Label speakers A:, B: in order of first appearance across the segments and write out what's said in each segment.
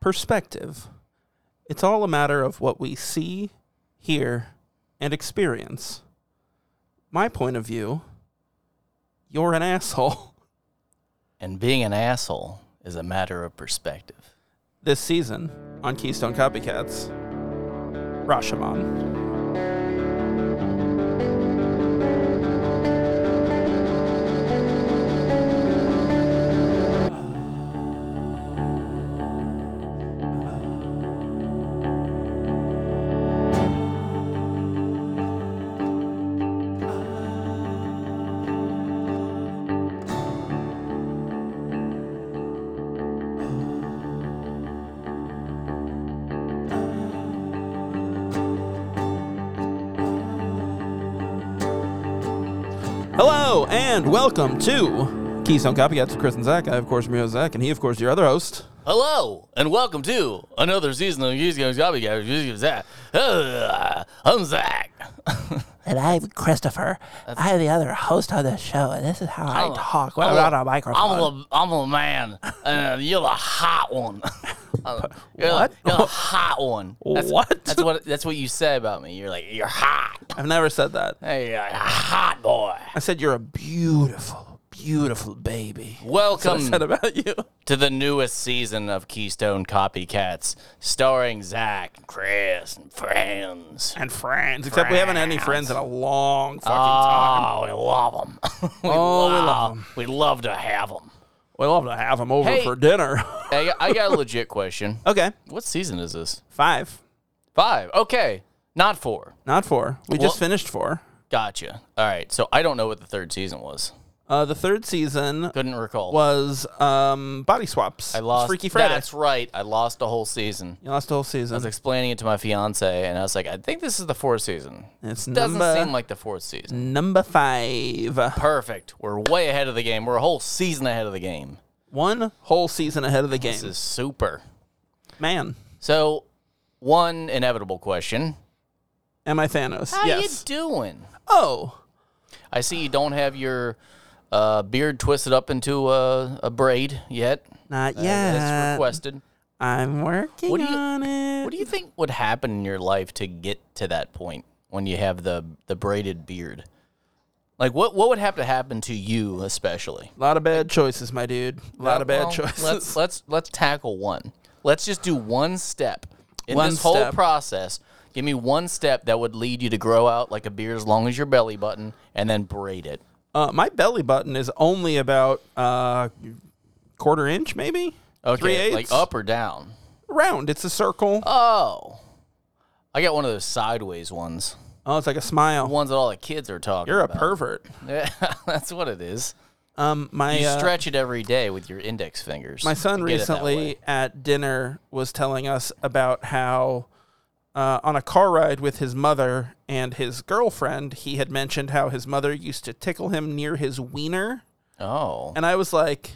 A: perspective. It's all a matter of what we see, hear, and experience. My point of view, you're an asshole.
B: And being an asshole is a matter of perspective.
A: This season on Keystone Copycats, Rashomon. Hello and welcome to Keystone Copycats with Chris and Zach. I, of course, am your host, Zach, and he, of course, your other host.
B: Hello and welcome to another season of Yeezy Goes Gobby Gobby Zach. I'm Zach.
C: And I'm Christopher. I'm the other host of the show, and this is how i
B: I'm a-
C: talk when I'm
B: I'm a-
C: not on a
B: I'm
C: microphone.
B: a, I'm a man, and you're the hot one. Uh, you're
A: What?
B: The, you're the hot one. That's,
A: What?
B: That's what. That's what you say about me. You're like you're hot.
A: I've never said that.
B: Hey,
C: uh,
B: you're a hot boy.
A: I said you're a beautiful, beautiful baby. What I
B: Welcome
A: said about you.
B: to the newest season of Keystone Copycats, starring Zach, Chris, and friends.
A: And friends. Except we haven't had any friends in a long fucking time.
B: Oh, we love them. we
A: Oh, we love
B: love them. We love to have them.
A: We love to have them over
B: Hey.
A: for dinner.
B: I got, I got a legit question.
A: okay.
B: What season is this?
A: Five.
B: Five. Okay, not four.
A: Not four. We just finished four.
B: Gotcha. All right. So I don't know what the third season was.
A: Uh, the third season
B: Couldn't recall.
A: was um, Body Swaps.
B: I lost.
A: Freaky Friday.
B: That's right. I lost a whole season.
A: you lost the whole
B: I was
A: season.
B: explaining it to my fiance, and I was like, I think this is the fourth season.
A: It's
B: Doesn't
A: number-
B: seem like the fourth season.
A: Number five.
B: Perfect. We're way ahead of the game. We're a whole season ahead of the game.
A: One whole season ahead of the game.
B: This is super.
A: Man,
B: So, one inevitable question.
A: am I Thanos?
B: How
A: yes.
B: you doing?
A: oh,
B: I see you don't have your uh, beard twisted up into a, a braid yet.
A: not
B: As
A: yet.
B: requested.
A: I'm working
B: What do you-
A: on it.
B: What do you think would happen in your life to get to that point when you have the the braided beard? Like what what would have to happen to you especially?
A: A lot of bad choices, my dude. A lot of bad
B: Well,
A: choices.
B: Let's let's let's tackle one. Let's just do one step in
A: One
B: this whole
A: step.
B: process. Give me one step that would lead you to grow out like a beard as long as your belly button and then braid it.
A: Uh, my belly button is only about uh, quarter inch, maybe.
B: Okay,
A: Three eighths.
B: like up or down.
A: round. It's a circle.
B: Oh. I got one of those sideways ones.
A: Oh, it's like a smile.
B: Ones that all the kids are talking
A: You're a
B: about.
A: pervert.
B: Yeah, that's what it is.
A: Um, my
B: You
A: uh,
B: stretch it every day with your index fingers.
A: my son
B: to get it that way.
A: recently at dinner was telling us about how uh, on a car ride with his mother and his girlfriend, he had mentioned how his mother used to tickle him near his wiener,
B: Oh.
A: and I was like,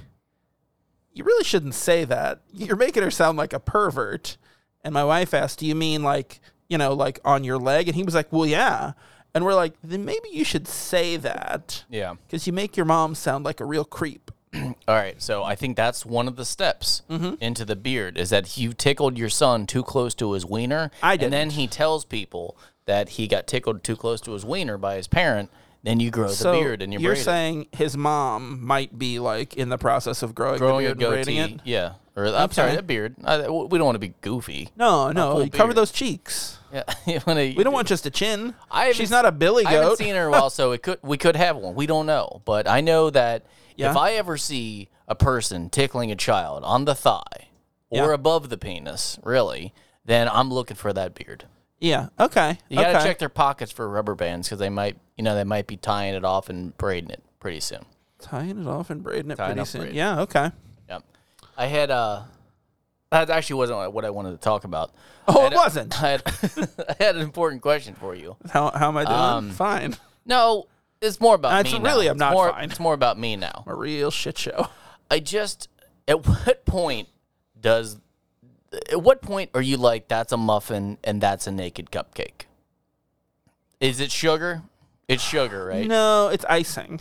A: "You really shouldn't say that. You're making her sound like a pervert." And my wife asked, "Do you mean like you know like on your leg?" And he was like, "Well, yeah." And we're like, "Then maybe you should say that."
B: Yeah.
A: Because you make your mom sound like a real creep.
B: All right. So I think that's one of the steps
A: Mm-hmm.
B: into the beard is that you tickled your son too close to his wiener.
A: I
B: And then he tells people that he got tickled too close to his wiener by his parent. Then you grow the
A: So
B: beard and you
A: are
B: braid it.
A: saying his mom might be like in the process of growing,
B: growing
A: the
B: a
A: beard and braiding
B: goatee.
A: it.
B: Yeah. Or I'm sorry,
A: Okay.
B: a beard. I, we don't want to be goofy.
A: No, no,
B: full
A: you cover
B: beard.
A: those cheeks.
B: Yeah. you wanna,
A: We don't want just a chin.
B: I haven't
A: She's
B: s-
A: not a billy
B: I haven't
A: goat.
B: seen her in a while, so it could we could have one. We don't know, but I know that
A: Yeah.
B: if I ever see a person tickling a child on the thigh or
A: Yeah.
B: above the penis, really, then I'm looking for that beard.
A: yeah. Okay.
B: You
A: okay.
B: gotta check their pockets for rubber bands because they might, you know, they might be tying it off and braiding it pretty soon.
A: Tying it off and braiding it
B: Tying
A: pretty
B: up,
A: soon.
B: braiding.
A: Yeah. Okay.
B: Yep. I had uh that actually wasn't what I wanted to talk about.
A: Oh,
B: I
A: it
B: had-
A: wasn't.
B: I had, I had an important question for you.
A: How, how am I doing?
B: Um,
A: Fine.
B: No, it's more about
A: Uh,
B: me.
A: it's
B: now.
A: really- I'm
B: It's
A: not
B: more-
A: fine.
B: It's more about me now.
A: A real shit show.
B: I just at what point does at what point are you like that's a muffin and that's a naked cupcake? Is it sugar? It's sugar, right?
A: No, it's icing.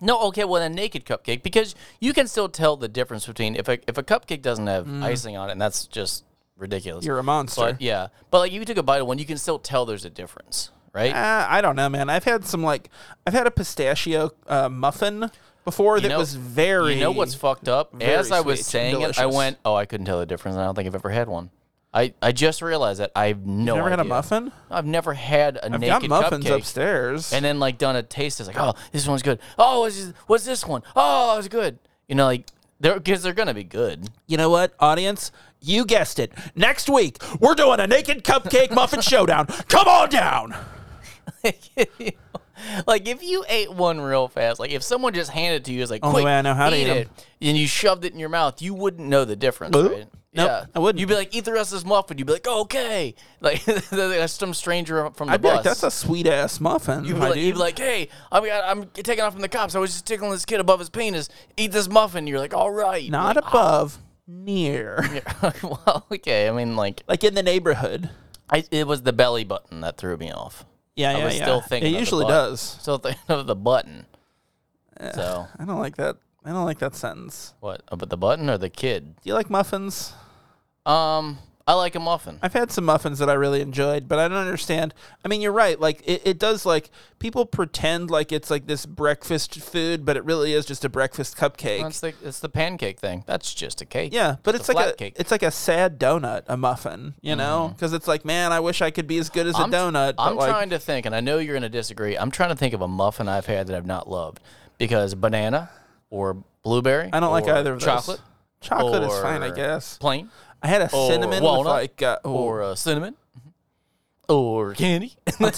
B: No, okay, well then naked cupcake because you can still tell the difference between if a if a cupcake doesn't have icing on it and that's just ridiculous.
A: Mm. You're a monster.
B: But yeah, but like if you took a bite of one, you can still tell there's a difference, right?
A: Uh, I don't know, man. I've had some like I've had a pistachio uh, muffin before that
B: know-
A: was very.
B: You know what's fucked up?
A: very
B: As I was
A: sweet,
B: saying it, I
A: delicious.
B: went, "Oh, I couldn't tell the difference. and I don't think I've ever had one." I, I just realized that I've no
A: never had a
B: idea.
A: muffin?
B: I've never had a
A: I've
B: naked
A: got muffins
B: cupcake.
A: upstairs.
B: and then like done a taste test, like, oh, this one's good. Oh, what's this, what's this one? Oh, it's good. You know, like they're because they're gonna be good.
A: you know what, audience? You guessed it. Next week we're doing a naked cupcake muffin showdown. Come on down.
B: like if you ate one real fast, like if someone just handed it to you, it's like,
A: Only
B: quick,
A: way I know how to
B: eat,
A: eat 'em.
B: it, and you shoved it in your mouth, you wouldn't know the difference,
A: Nope.
B: right?
A: Nope,
B: yeah,
A: I wouldn't.
B: You'd be like, eat the rest of this muffin. You'd be like, "Oh, okay, like that's some stranger from the
A: I'd be
B: bus.
A: like, that's a sweet ass muffin.
B: You'd be,
A: my
B: like, you'd
A: dude.
B: be like, hey, I'm, I'm taking off from the cops. I was just tickling this kid above his penis. Eat this muffin. You're like, all right.
A: not above, near,
B: Like, well, okay. I mean, like,
A: like in the neighborhood.
B: I, it was the belly button that threw me off.
A: Yeah,
B: I
A: yeah,
B: was
A: yeah.
B: still thinking.
A: it
B: of the
A: usually
B: button.
A: does.
B: Still thinking of the button. So
A: I don't like that. I don't like that sentence.
B: what? About the button or the kid?
A: Do you like muffins?
B: Um, I like a muffin.
A: I've had some muffins that I really enjoyed, but I don't understand. I mean, you're right. Like it, it does like people pretend like it's like this breakfast food, but it really is just a breakfast cupcake.
B: It's the it's the pancake thing. That's just a cake.
A: yeah, but it's, like
B: flat
A: a
B: cake. Mm.
A: it's like a sad donut, a muffin, you know? Because it's like, man, I wish I could be as good as
B: I'm
A: a
B: t-
A: donut. But
B: I'm
A: like,
B: trying to think, and I know you're gonna disagree. I'm trying to think of a muffin I've had that I've not loved because banana or blueberry.
A: I don't like
B: or
A: either of those.
B: Chocolate.
A: Chocolate is fine, I
B: or
A: guess.
B: Plain
A: I had a
B: or
A: cinnamon with
B: walnut,
A: like, uh, ooh,
B: or uh, cinnamon or candy.
A: I'll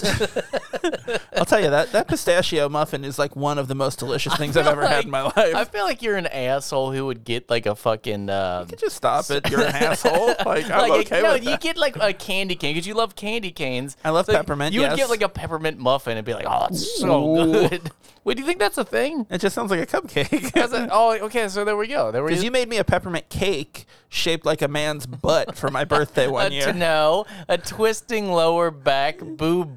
A: tell you that that pistachio muffin is like one of the most delicious things I've ever had in my life.
B: I feel like you're an asshole who would get like a fucking. Uh,
A: You just stop it. You're an asshole. Like I'm
B: like
A: okay
B: no,
A: with
B: you
A: that.
B: get like a candy cane because you love candy canes.
A: I love
B: So
A: peppermint,
B: You would
A: yes.
B: get like a peppermint muffin and be like, "Oh, it's so
A: Ooh.
B: good." Wait, do you think that's a thing?
A: It just sounds like a cupcake.
B: That's a- oh, okay. So there we go. There we
A: Because you made me a peppermint cake shaped like a man's butt for my birthday
B: a
A: one
B: t-
A: year.
B: no, a twisting lower back boob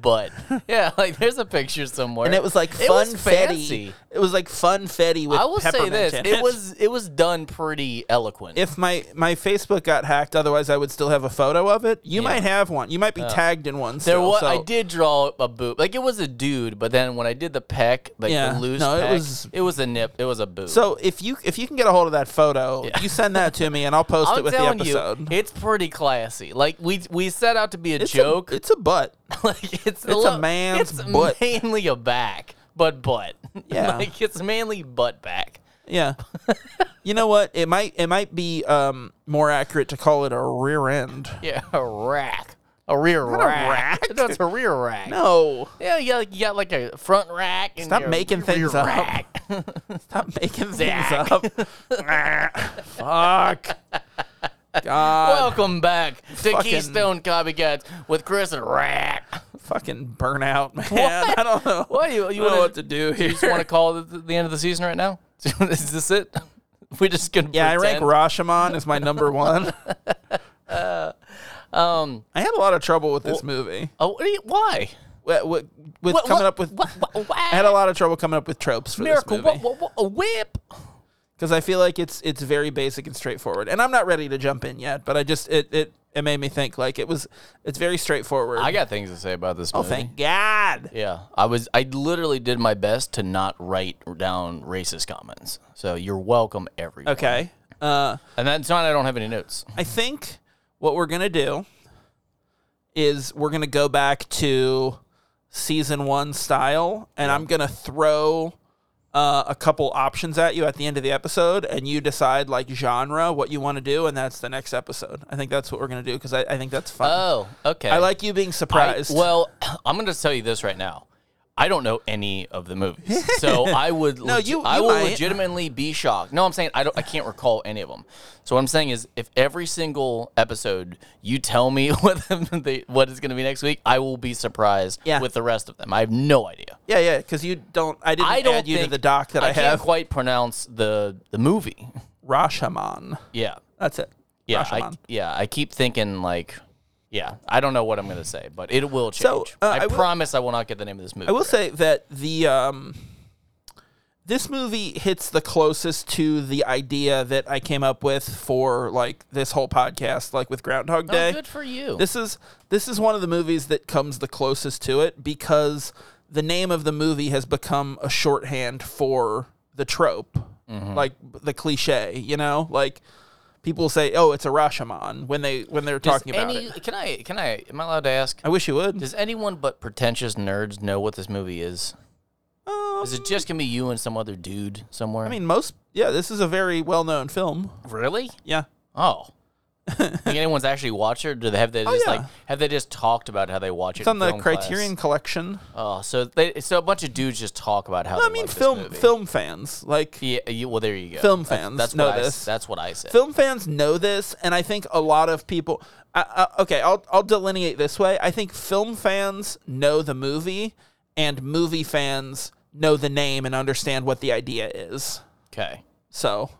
B: butt. Yeah, like there's a picture somewhere.
A: And it was like
B: It was
A: funfetti.
B: fancy.
A: It, was like funfetti with
B: I will say
A: peppermint
B: this:
A: in
B: it was it was done pretty eloquent.
A: If my, my Facebook got hacked, otherwise I would still have a photo of it. You might have one. You might be tagged in one.
B: Oh. There
A: still,
B: was
A: so-
B: I did draw a boob. Like it was a dude, but then when I did the peck, like
A: Yeah.
B: the loose
A: No, it
B: peck,
A: was-
B: it was a nip. It was a boob.
A: So if you if you can get a hold of that photo, you send that to me and I'll post
B: I'm
A: it with the
B: telling
A: episode.
B: you, it's pretty classy. Like we we set out to be a
A: it's
B: joke.
A: A, it's a butt.
B: like it's
A: a
B: lo-
A: man's
B: it's
A: butt.
B: mainly a back, but butt.
A: Yeah.
B: like it's mainly butt back.
A: Yeah. you know what? It might it might be um, more accurate to call it a rear end.
B: Yeah, a rack, a rear rack.
A: rack.
B: No, it's a rear rack.
A: No.
B: Yeah, you got, you got like a front rack. And
A: Stop
B: your
A: making things
B: rear
A: up.
B: Rack.
A: Stop making things
B: Zach.
A: up. Fuck. God.
B: Welcome back to
A: Fucking-
B: Keystone Copycats with Chris and Rack.
A: Fucking burnout, man. I don't know.
B: What you you
A: I don't know
B: want
A: what
B: to
A: to do here.
B: you just want to call it the, the end of the season right now? Is this it? We're just gonna
A: yeah, I rank
B: pretend?
A: Rashomon as my number one.
B: Uh,
A: um, I had a lot of trouble with this movie.
B: Oh, what do you- why?
A: With, with, with
B: What-
A: coming
B: what-
A: up with,
B: what- what-
A: I had a lot of trouble coming up with tropes for
B: miracle?
A: this movie.
B: What, what, what, a whip?
A: because I feel like it's it's very basic and straightforward. And I'm not ready to jump in yet, but I just it it, it made me think like it was it's very straightforward.
B: I got things to say about this
A: oh,
B: movie.
A: thank God.
B: yeah, I was I literally did my best to not write down racist comments. So you're welcome, everyone.
A: Okay, uh,
B: and that's not I don't have any notes.
A: I think what we're gonna do is we're gonna go back to season one style, and I'm gonna throw. Uh, a couple options at you at the end of the episode, and you decide like genre what you want to do, and that's the next episode. I think that's what we're gonna do because I, I think that's fun.
B: Oh, okay.
A: I like you being
B: I,
A: surprised.
B: well, I'm going to tell you this right now. I don't know any of the movies, so I would no,
A: you-
B: I
A: you
B: will
A: might.
B: legitimately be shocked. No, I'm saying I don't. I can't recall any of them. So what I'm saying is, if every single episode you tell me what the, what is going to be next week, I will be surprised
A: Yeah.
B: with the rest of them. I have no idea.
A: Yeah, yeah, because you don't. I didn't
B: I don't
A: add you to
B: think-
A: the doc that I,
B: can't
A: have.
B: quite pronounce the the movie.
A: Rashomon.
B: Yeah,
A: That's it.
B: yeah, I,
A: Rashomon.
B: yeah. I keep thinking like, yeah. I don't know what I'm going to say, but it will change.
A: So, uh,
B: I,
A: I will-
B: promise I will not get the name of this movie.
A: I will say that the um, this movie hits the closest to the idea that I came up with for like this whole podcast, like with Groundhog Day.
B: Oh, good for you.
A: This is this is one of the movies that comes the closest to it because the name of the movie has become a shorthand for the trope,
B: Mm-hmm.
A: like the cliche. You know, like people say, "Oh, it's a Rashomon" when they when they're
B: Does
A: talking about
B: any-
A: it.
B: Can I? Can I? Am I allowed to ask?
A: I wish you would.
B: Does anyone but pretentious nerds know what this movie is?
A: Um,
B: Is it just gonna be you and some other dude somewhere?
A: I mean, most yeah, this is a very well known film.
B: really?
A: Yeah,
B: Oh. Think anyone's actually watched it? Or do they have they just
A: Oh, yeah.
B: like have they just talked about how they watch it?
A: it's on the Criterion Collection.
B: Oh, so they so a bunch of dudes just talk about how.
A: I
B: they
A: mean,
B: like this
A: film
B: movie.
A: film fans like
B: Yeah, you, well, there you go.
A: Film
B: That's-
A: fans
B: That's,
A: know
B: what I,
A: this.
B: s- That's what I said.
A: film fans know this, and I think a lot of people. I, I, okay, I'll I'll delineate this way. I think film fans know the movie, and movie fans know the name and understand what the idea is.
B: Okay,
A: So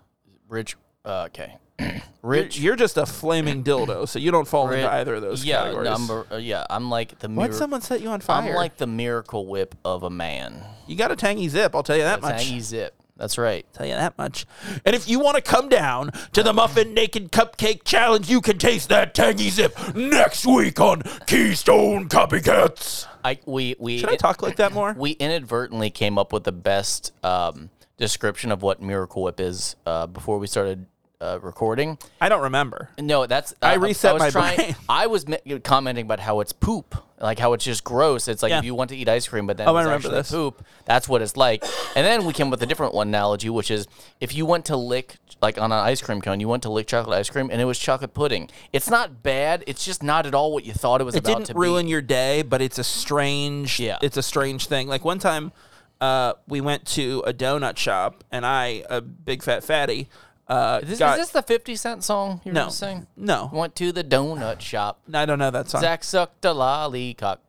B: Rich. Uh, okay,
A: you're,
B: Rich.
A: you're just a flaming dildo, so you don't fall
B: Rich-
A: into either of those
B: yeah,
A: categories.
B: number- uh, yeah, I'm like the.
A: Why'd
B: Mir-
A: someone set you on
B: I'm
A: fire?
B: like the miracle whip of a man.
A: you got a tangy zip. I'll tell you that much.
B: Tangy zip. That's right.
A: tell you that much. And if you want to come down to the Muffin Naked Cupcake Challenge, you can taste that tangy zip next week on Keystone Copycats.
B: I we we
A: Should I talk like that more?
B: we inadvertently came up with the best um, description of what Miracle Whip is uh, before we started uh, recording.
A: I don't remember.
B: No, that's
A: I
B: uh,
A: reset
B: was
A: my
B: trying,
A: brain.
B: I was mi- commenting about how it's poop, like how it's just gross. It's like
A: Yeah.
B: if you want to eat ice cream, but then
A: Oh, I
B: it's
A: remember
B: actually
A: this.
B: poop. That's what it's like. And then we came up with a different one analogy, which is if you want to lick like on an ice cream cone, you want to lick chocolate ice cream, and it was chocolate pudding. It's not bad. It's just not at all what you thought it was
A: It
B: about
A: didn't
B: to be.
A: ruin your day, but it's a strange
B: Yeah.
A: it's a strange thing. Like one time uh, we went to a donut shop and I, a big fat fatty, uh,
B: This,
A: got
B: is this the 50 Cent song you were
A: no,
B: just saying?
A: no,
B: Went to the donut shop.
A: I don't know that song.
B: Zach sucked a lollycock.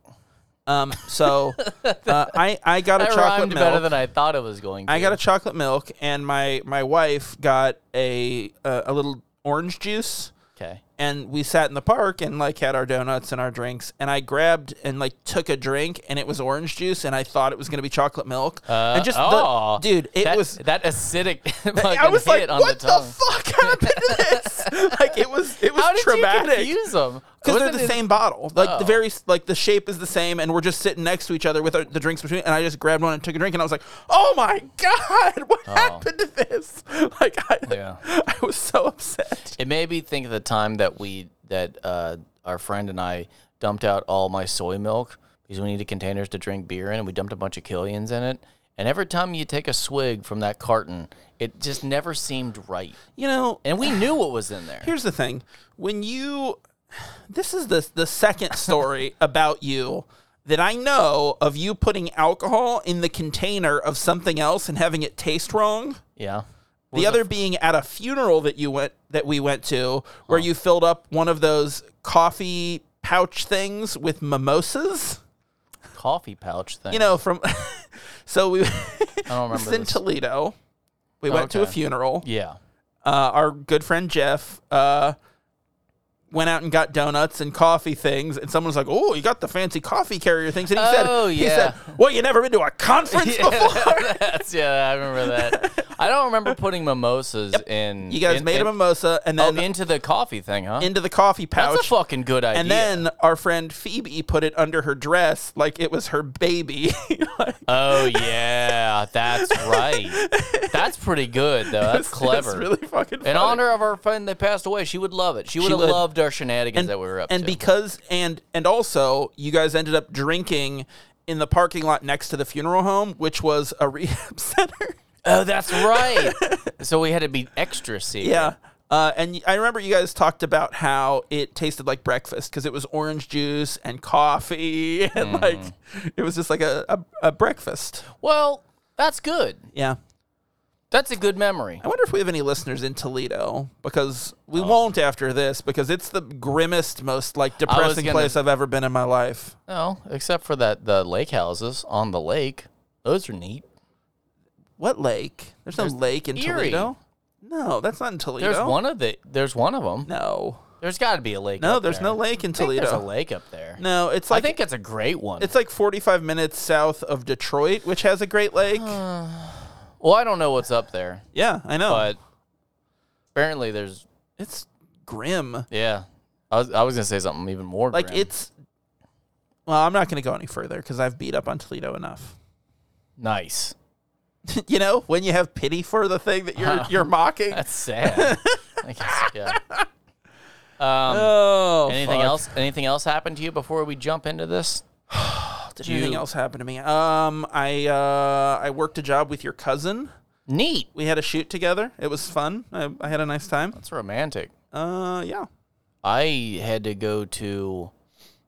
A: Um, so uh, I I got a
B: That
A: chocolate
B: rhymed
A: milk.
B: better than I thought it was going to.
A: I got a chocolate milk, and my my wife got a a, a little orange juice.
B: Okay.
A: And we sat in the park and like had our donuts and our drinks. And I grabbed and like took a drink, and it was orange juice, and I thought it was gonna be chocolate milk. and just the-
B: oh,
A: dude, it
B: that,
A: was.
B: that acidic.
A: I was like,
B: hit on
A: what
B: the,
A: the,
B: tongue.
A: fuck happened to this? like it was it was
B: How did
A: traumatic.
B: you confuse them?
A: Because they're the
B: Wasn't it-
A: same bottle, like
B: Oh.
A: the very like the shape is the same, and we're just sitting next to each other with our, the drinks between. And I just grabbed one and took a drink, and I was like, "Oh my god, what happened to this?" Like, I,
B: Oh. Yeah.
A: I was so upset.
B: It made me think of the time that we that uh, our friend and I dumped out all my soy milk because we needed containers to drink beer in, and we dumped a bunch of Killians in it. And every time you take a swig from that carton, it just never seemed right.
A: You know,
B: And we knew what was in there.
A: here's the thing: when you, this is the the second story about you that I know of you putting alcohol in the container of something else and having it taste wrong.
B: Yeah.
A: the other being at a funeral that you went that we went to
B: Oh.
A: where you filled up one of those coffee pouch things with mimosas
B: coffee pouch thing.
A: you know from so we
B: I don't remember.
A: was in
B: this. Oh,
A: toledo we went to a
B: Okay.
A: funeral
B: yeah.
A: uh, our good friend jeff uh, went out and got donuts and coffee things and someone was like oh you got the fancy coffee carrier things and he
B: Oh,
A: said he said well you never been to a conference before
B: That's yeah, I remember that. I don't remember putting mimosas in.
A: you guys
B: in,
A: made
B: in,
A: a mimosa and then
B: oh, into the coffee thing, huh?
A: into the coffee pouch
B: That's a fucking good idea.
A: And then our friend Phoebe put it under her dress like it was her baby. Like,
B: oh yeah, that's right. That's pretty good though. That's
A: it's
B: clever.
A: really fucking
B: in
A: funny.
B: honor of our friend that passed away, she would love it. She would have
A: would.
B: loved our shenanigans
A: and,
B: that we were up
A: and
B: to.
A: because and and also you guys ended up drinking in the parking lot next to the funeral home, which was a rehab center.
B: oh, that's right. so we had to be extra secret.
A: Yeah. Uh, and I remember you guys talked about how it tasted like breakfast because it was orange juice and coffee
B: Hmm.
A: and like it was just like a, a, a breakfast.
B: Well, that's good.
A: Yeah.
B: That's a good memory.
A: I wonder if we have any listeners in Toledo because we
B: Oh.
A: won't after this because it's the grimmest, most like depressing
B: gonna-
A: place I've ever been in my life.
B: No, except for that the lake houses on the lake. Those are neat.
A: What lake? There's no lake in
B: Erie.
A: Toledo. No, that's not in Toledo.
B: There's one of the. There's one of them.
A: No,
B: There's got to be a lake.
A: no,
B: up
A: there's
B: there.
A: no lake in
B: I think
A: Toledo.
B: There's a lake up there.
A: No, it's
B: I
A: like
B: think it's a great one. Oh.
A: it's like 45 minutes south of Detroit, which has a Great Lake.
B: Well, I don't know what's up there,
A: Yeah, I know.
B: but apparently there's
A: it's grim.
B: yeah. I was, I was gonna say something even more.
A: Like
B: grim.
A: it's. Well, I'm not going to go any further because I've beat up on Toledo enough.
B: nice.
A: you know, when you have pity for the thing that you're you're mocking.
B: That's sad. I guess, yeah. Um,
A: Oh,
B: anything
A: fuck.
B: else? Anything else happened to you before we jump into this?
A: Did anything
B: You-
A: else happen to me? Um, I uh, I worked a job with your cousin.
B: Neat.
A: We had a shoot together. It was fun. I, I had a nice time.
B: That's romantic.
A: Uh, yeah.
B: I had to go to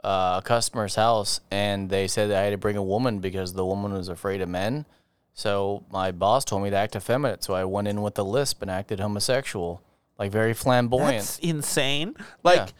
B: uh, a customer's house, and they said that I had to bring a woman because the woman was afraid of men. So my boss told me to act effeminate. So I went in with a lisp and acted homosexual, like very flamboyant.
A: That's insane. Like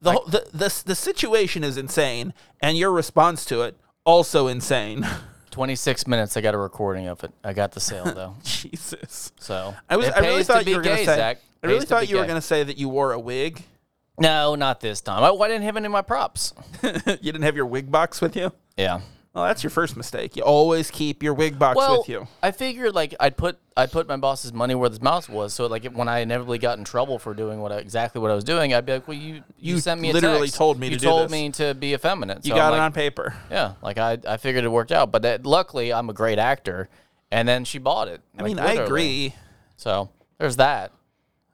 A: the, whole, the the the situation is insane, and your response to it also insane.
B: Twenty six minutes. I got a recording of it. I got the sale though.
A: Jesus.
B: So
A: I was.
B: It
A: I really
B: pays to
A: thought
B: be
A: you were gonna
B: gay,
A: say.
B: Zach.
A: I really
B: Pays to
A: thought
B: be
A: you were
B: gay.
A: gonna say that you wore a wig.
B: No, not this time. I, I didn't have any of my props.
A: you didn't have your wig box with you.
B: Yeah.
A: Well, that's your first mistake. You always keep your wig box
B: Well,
A: with you.
B: I figured like I'd put I would put my boss's money where his mouth was. So like when I inevitably got in trouble for doing what I, exactly what I was doing, I'd be like, "Well, you you,
A: You
B: sent me a
A: literally
B: text.
A: told me
B: you
A: to do
B: told
A: this."
B: me to be effeminate.
A: You
B: So I'm
A: got
B: like,
A: it on paper.
B: Yeah, like I I figured it worked out. But that, luckily, I'm a great actor, and then she bought it.
A: I mean, I agree. Hmm.
B: So there's that.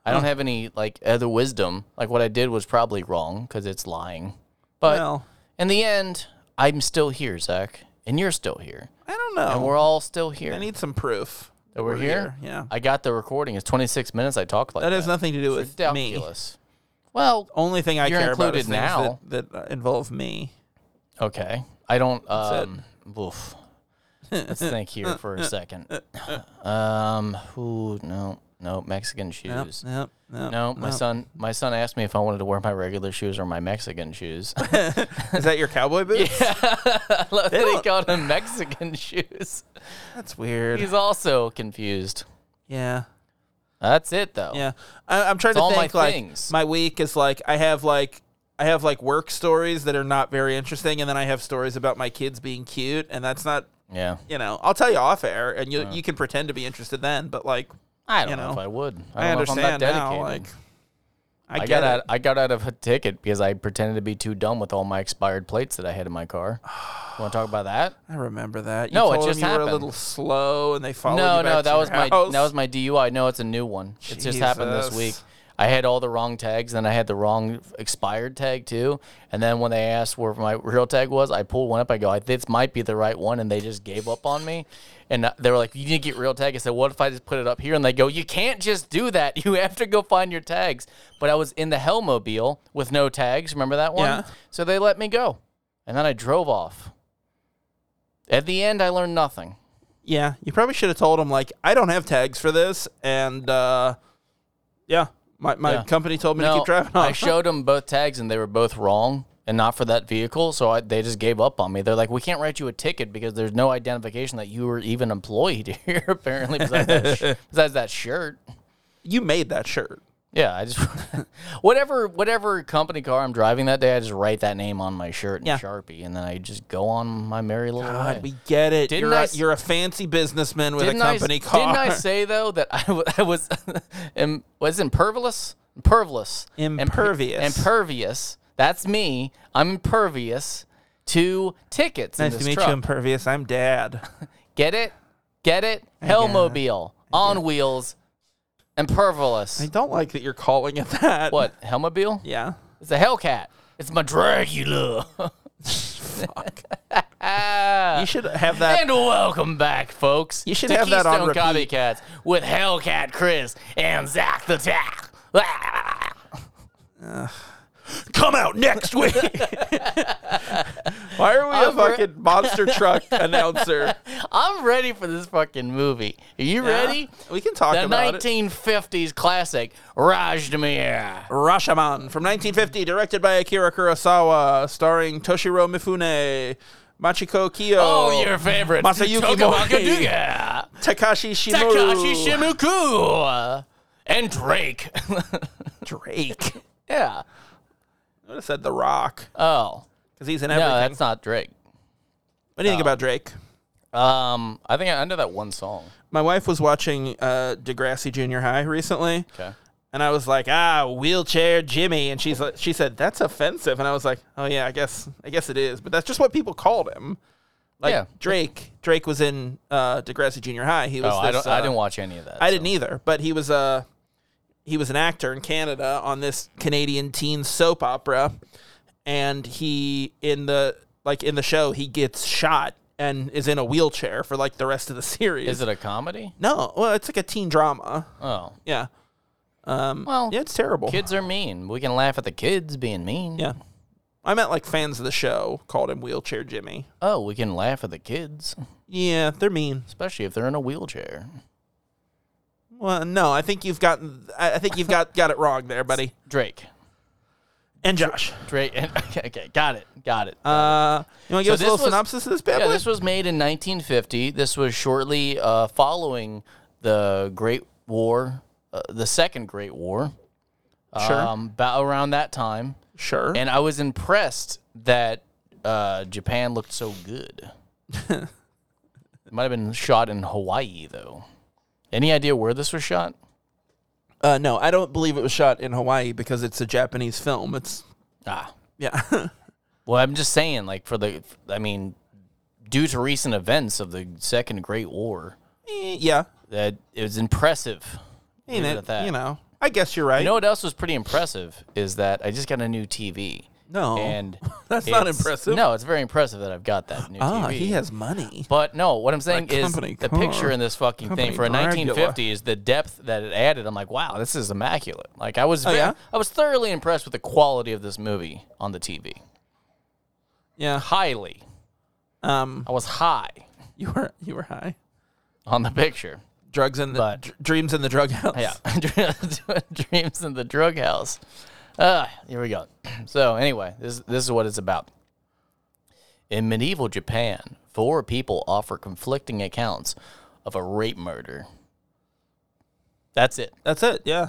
B: I don't have any like other wisdom. Like what I did was probably wrong because it's lying. But
A: well,
B: in the end, I'm still here, Zach, and you're still here,
A: I don't know.
B: and we're all still here.
A: I need some proof
B: that we're here.
A: Yeah,
B: I got the recording. It's 26 minutes. I talked like
A: that
B: that.
A: has nothing to do with me.
B: ridiculous. Well,
A: Only thing I
B: You're
A: care about
B: included
A: is things
B: now.
A: that, that uh, involve me.
B: okay. I don't.
A: That's it.
B: Um, oof. Let's think here for a second. Um, ooh, no, no Mexican
A: Nope,
B: shoes.
A: nope, nope,
B: No, my
A: nope.
B: son. My son asked me if I wanted to wear my regular shoes or my Mexican shoes.
A: Is that your cowboy boots?
B: I love that he
A: don't-
B: called them Mexican shoes.
A: That's weird.
B: He's also confused.
A: yeah,
B: That's it though.
A: yeah. I, I'm trying
B: It's
A: to
B: all my
A: think. like
B: things.
A: my week is like I have like I have like work stories that are not very interesting, and then I have stories about my kids being cute, and that's not
B: Yeah.
A: you know I'll tell you off air, and you you can pretend to be interested then, but like
B: I don't
A: You
B: know,
A: know,
B: if I would. I,
A: I
B: don't know if I'm
A: understand
B: that dedicated.
A: now. Like I,
B: I
A: get
B: got
A: it.
B: out. I got out of a ticket because I pretended to be too dumb with all my expired plates that I had in my car. Want to talk about that?
A: I remember that. You
B: No, it
A: told
B: just
A: them you were
B: happened.
A: a little slow, and they followed
B: No,
A: you. back
B: no,
A: to
B: that
A: your
B: was my
A: house.
B: that was my DUI. No, it's a new one. It just happened this
A: Jesus.
B: week. I had all the wrong tags, then I had the wrong expired tag too. And then when they asked where my real tag was, I pulled one up. I go, I, "This might be the right one," and they just gave up on me. And uh, they were like, "You need to get real tag." I said, "What if I just put it up here?" And they go, "You can't just do that. You have to go find your tags." But I was in the Hellmobile with no tags. Remember that one?
A: Yeah.
B: So they let me go, and then I drove off. At the end, I learned nothing.
A: Yeah, you probably should have told them like I don't have tags for this, and uh, yeah, my, my
B: Yeah.
A: company told me to keep driving on.
B: I showed them both tags and they were both wrong and not for that vehicle. So I, they just gave up on me. They're like, we can't write you a ticket because there's no identification that you were even employed here, apparently, besides that, sh- besides that shirt.
A: you made that shirt.
B: Yeah, I just whatever whatever company car I'm driving that day, I just write that name on my shirt in
A: Yeah.
B: Sharpie, and then I just go on my merry little way.
A: God, we get it.
B: Didn't
A: you're
B: I
A: a,
B: s-
A: you're a fancy businessman with a
B: I s-
A: company car.
B: Didn't I say though that I wa- I was im- was impervious? Impervious. Imper-
A: Impervious.
B: impervious. That's me. I'm impervious to tickets.
A: nice
B: in
A: to
B: this
A: meet
B: truck.
A: you, Impervious. I'm Dad.
B: Get it? Get it? Hellmobile on wheels. Impervious.
A: I don't like that you're calling it that.
B: what? Hellmobile?
A: Yeah.
B: It's a Hellcat. It's my Dracula.
A: You should have that.
B: Uh, and welcome back, folks.
A: You should
B: to
A: have that on
B: Keystone
A: repeat.
B: Copycats with Hellcat Chris and Zach the Tack.
A: come out next week. Why are we a
B: I'm re-
A: fucking monster truck announcer?
B: I'm ready for this fucking movie. Are you ready?
A: We can talk
B: The
A: about it.
B: 1950s classic Rajdamir.
A: Rashomon from 1950, directed by Akira Kurosawa, starring Toshiro Mifune, Machiko Kyo,
B: Oh, your favorite.
A: Masayuki Mori.
B: Tokamakaduga.
A: Takashi Shimura,
B: Takashi Shimiku. And Drake.
A: Drake.
B: yeah.
A: I would have said The Rock
B: Oh.
A: because he's in
B: No,
A: everything.
B: that's not Drake.
A: Um, what do you think about Drake?
B: Um, I think I know that one song.
A: My wife was watching uh, Degrassi Junior High recently,
B: Okay.
A: and I was like, "Ah, wheelchair Jimmy," and she's like, she said that's offensive, and I was like, "Oh yeah, I guess I guess it is," but that's just what people called him. Like
B: Yeah.
A: Drake, Drake was in uh, Degrassi Junior High. He was.
B: Oh, I
A: this,
B: don't. I
A: uh,
B: didn't watch any of that.
A: I
B: so-
A: didn't either, but he was a he was an actor in Canada on this Canadian teen soap opera, and he in the like in the show he gets shot and is in a wheelchair for like the rest of the series.
B: Is it a comedy?
A: no, well, it's like a teen drama.
B: Oh,
A: Yeah,
B: well,
A: Mm, yeah, it's terrible.
B: kids are mean. We can laugh at the kids being mean.
A: Yeah, I meant like fans of the show called him Wheelchair Jimmy.
B: Oh, we can laugh at the kids,
A: Yeah, they're mean.
B: especially if they're in a wheelchair.
A: Well, no, I think you've gotten I I think you've got got it wrong there, buddy.
B: Drake.
A: And Josh,
B: Drake. okay, okay, got it. Got it.
A: uh, you want to give us a
B: this
A: little
B: was-
A: synopsis of this bad
B: Yeah,
A: boy?
B: this was made in 1950. This was shortly uh, following the Great War, uh, the Second Great War.
A: Sure.
B: Um, about around that time,
A: sure.
B: and I was impressed that uh, Japan looked so good. it might have been shot in Hawaii, though. Any idea where this was shot?
A: Uh, no, I don't believe it was shot in Hawaii because it's a Japanese film. It's
B: Ah,
A: yeah,
B: well, I'm just saying, like for the, I mean, due to recent events of the Second Great War,
A: Eh, yeah.
B: that it was impressive.
A: Ain't
B: Leave
A: it,
B: it at that.
A: You know, I guess you're right.
B: You know what else was pretty impressive is that I just got a new TV.
A: No.
B: and
A: That's not
B: it's-
A: impressive.
B: No, it's very impressive that I've got that new
A: ah,
B: TV.
A: he has money.
B: But no, what I'm saying is
A: company
B: the
A: car,
B: picture in this fucking
A: company
B: thing for a
A: Dragula.
B: 1950 is the depth that it added. I'm like, wow, this is immaculate. Like I was, very,
A: Oh, yeah?
B: I was thoroughly impressed with the quality of this movie on the TV.
A: Yeah.
B: Highly,
A: Um,
B: I was high
A: you were you were high.
B: on the picture.
A: Drugs in the
B: But-
A: dr- dreams in the drug house.
B: Yeah, dreams in the drug house. Uh, here we go. So anyway, this this is what it's about. In medieval Japan, four people offer conflicting accounts of a rape murder. That's it,
A: That's it. Yeah.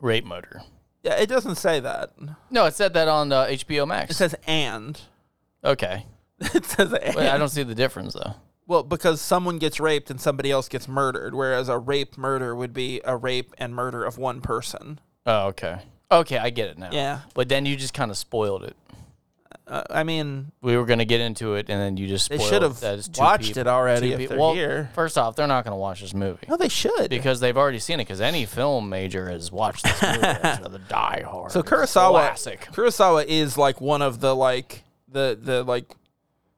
B: rape murder.
A: Yeah. It doesn't say that.
B: No, it said that on uh, HBO
A: It
B: Max.
A: says and.
B: okay,
A: it says and.
B: but I don't see the difference though.
A: well, because someone gets raped and somebody else gets murdered, whereas a rape murder would be a rape and murder of one person.
B: Oh, okay, okay, I get it now.
A: Yeah.
B: but then you just kind of spoiled it.
A: Uh, I mean,
B: We were gonna get into it, and then you just
A: They
B: spoiled
A: should have
B: that it's two
A: watched
B: peop-
A: it already
B: two
A: if
B: peop-
A: they're
B: well,
A: here.
B: First off, they're not gonna watch this movie.
A: no, they should.
B: because they've already seen it. Because any film major has watched this movie. so the Die Hard.
A: So Kurosawa,
B: classic.
A: Kurosawa is like one of the like the the like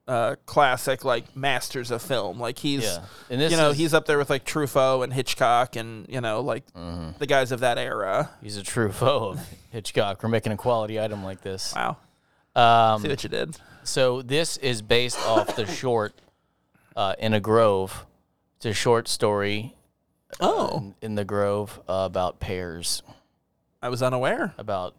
A: uh, classic like masters of film. Like he's
B: Yeah, and this
A: you know
B: is-
A: he's up there with like Truffaut and Hitchcock and you know like
B: Mm-hmm.
A: the guys of that era.
B: He's a true foe of Hitchcock. We're making a quality item like this.
A: Wow,
B: Um,
A: see what you did.
B: so this is based off the short uh, in a grove. It's a short story
A: Oh,
B: in, in the grove uh, about pears,
A: I was unaware.
B: about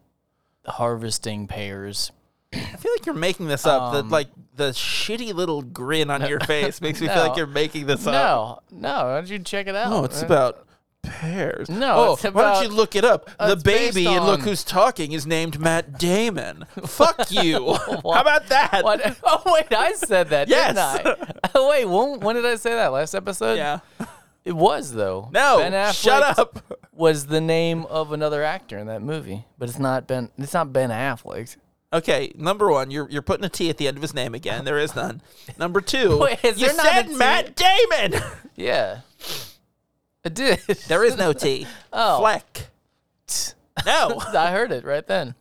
B: harvesting pears.
A: I feel like you're making this up.
B: Um,
A: the like the shitty little grin on your face makes me feel like
B: No.
A: you're making this up.
B: No, no, why don't you check it out?
A: No, it's
B: Uh,
A: about pears.
B: No,
A: oh,
B: it's
A: why don't
B: about-
A: you look it up? the
B: it's based
A: baby and look
B: on-
A: who's talking is named Matt Damon. Fuck you. How about that?
B: What? Oh wait, I said that,
A: Yes.
B: didn't I? Oh wait, when, when did I say that? Last episode?
A: Yeah.
B: It was though.
A: No.
B: Ben Affleck
A: shut up.
B: Was the name of another actor in that movie, but it's not Ben. It's not Ben Affleck.
A: Okay, number one, you're you're putting a T at the end of his name again. There is none. Number two,
B: Wait, is
A: you
B: there not a
A: said
B: T?
A: Matt Damon.
B: Yeah, I did.
A: there is no T.
B: Oh.
A: Fleck. No.
B: I heard it right then.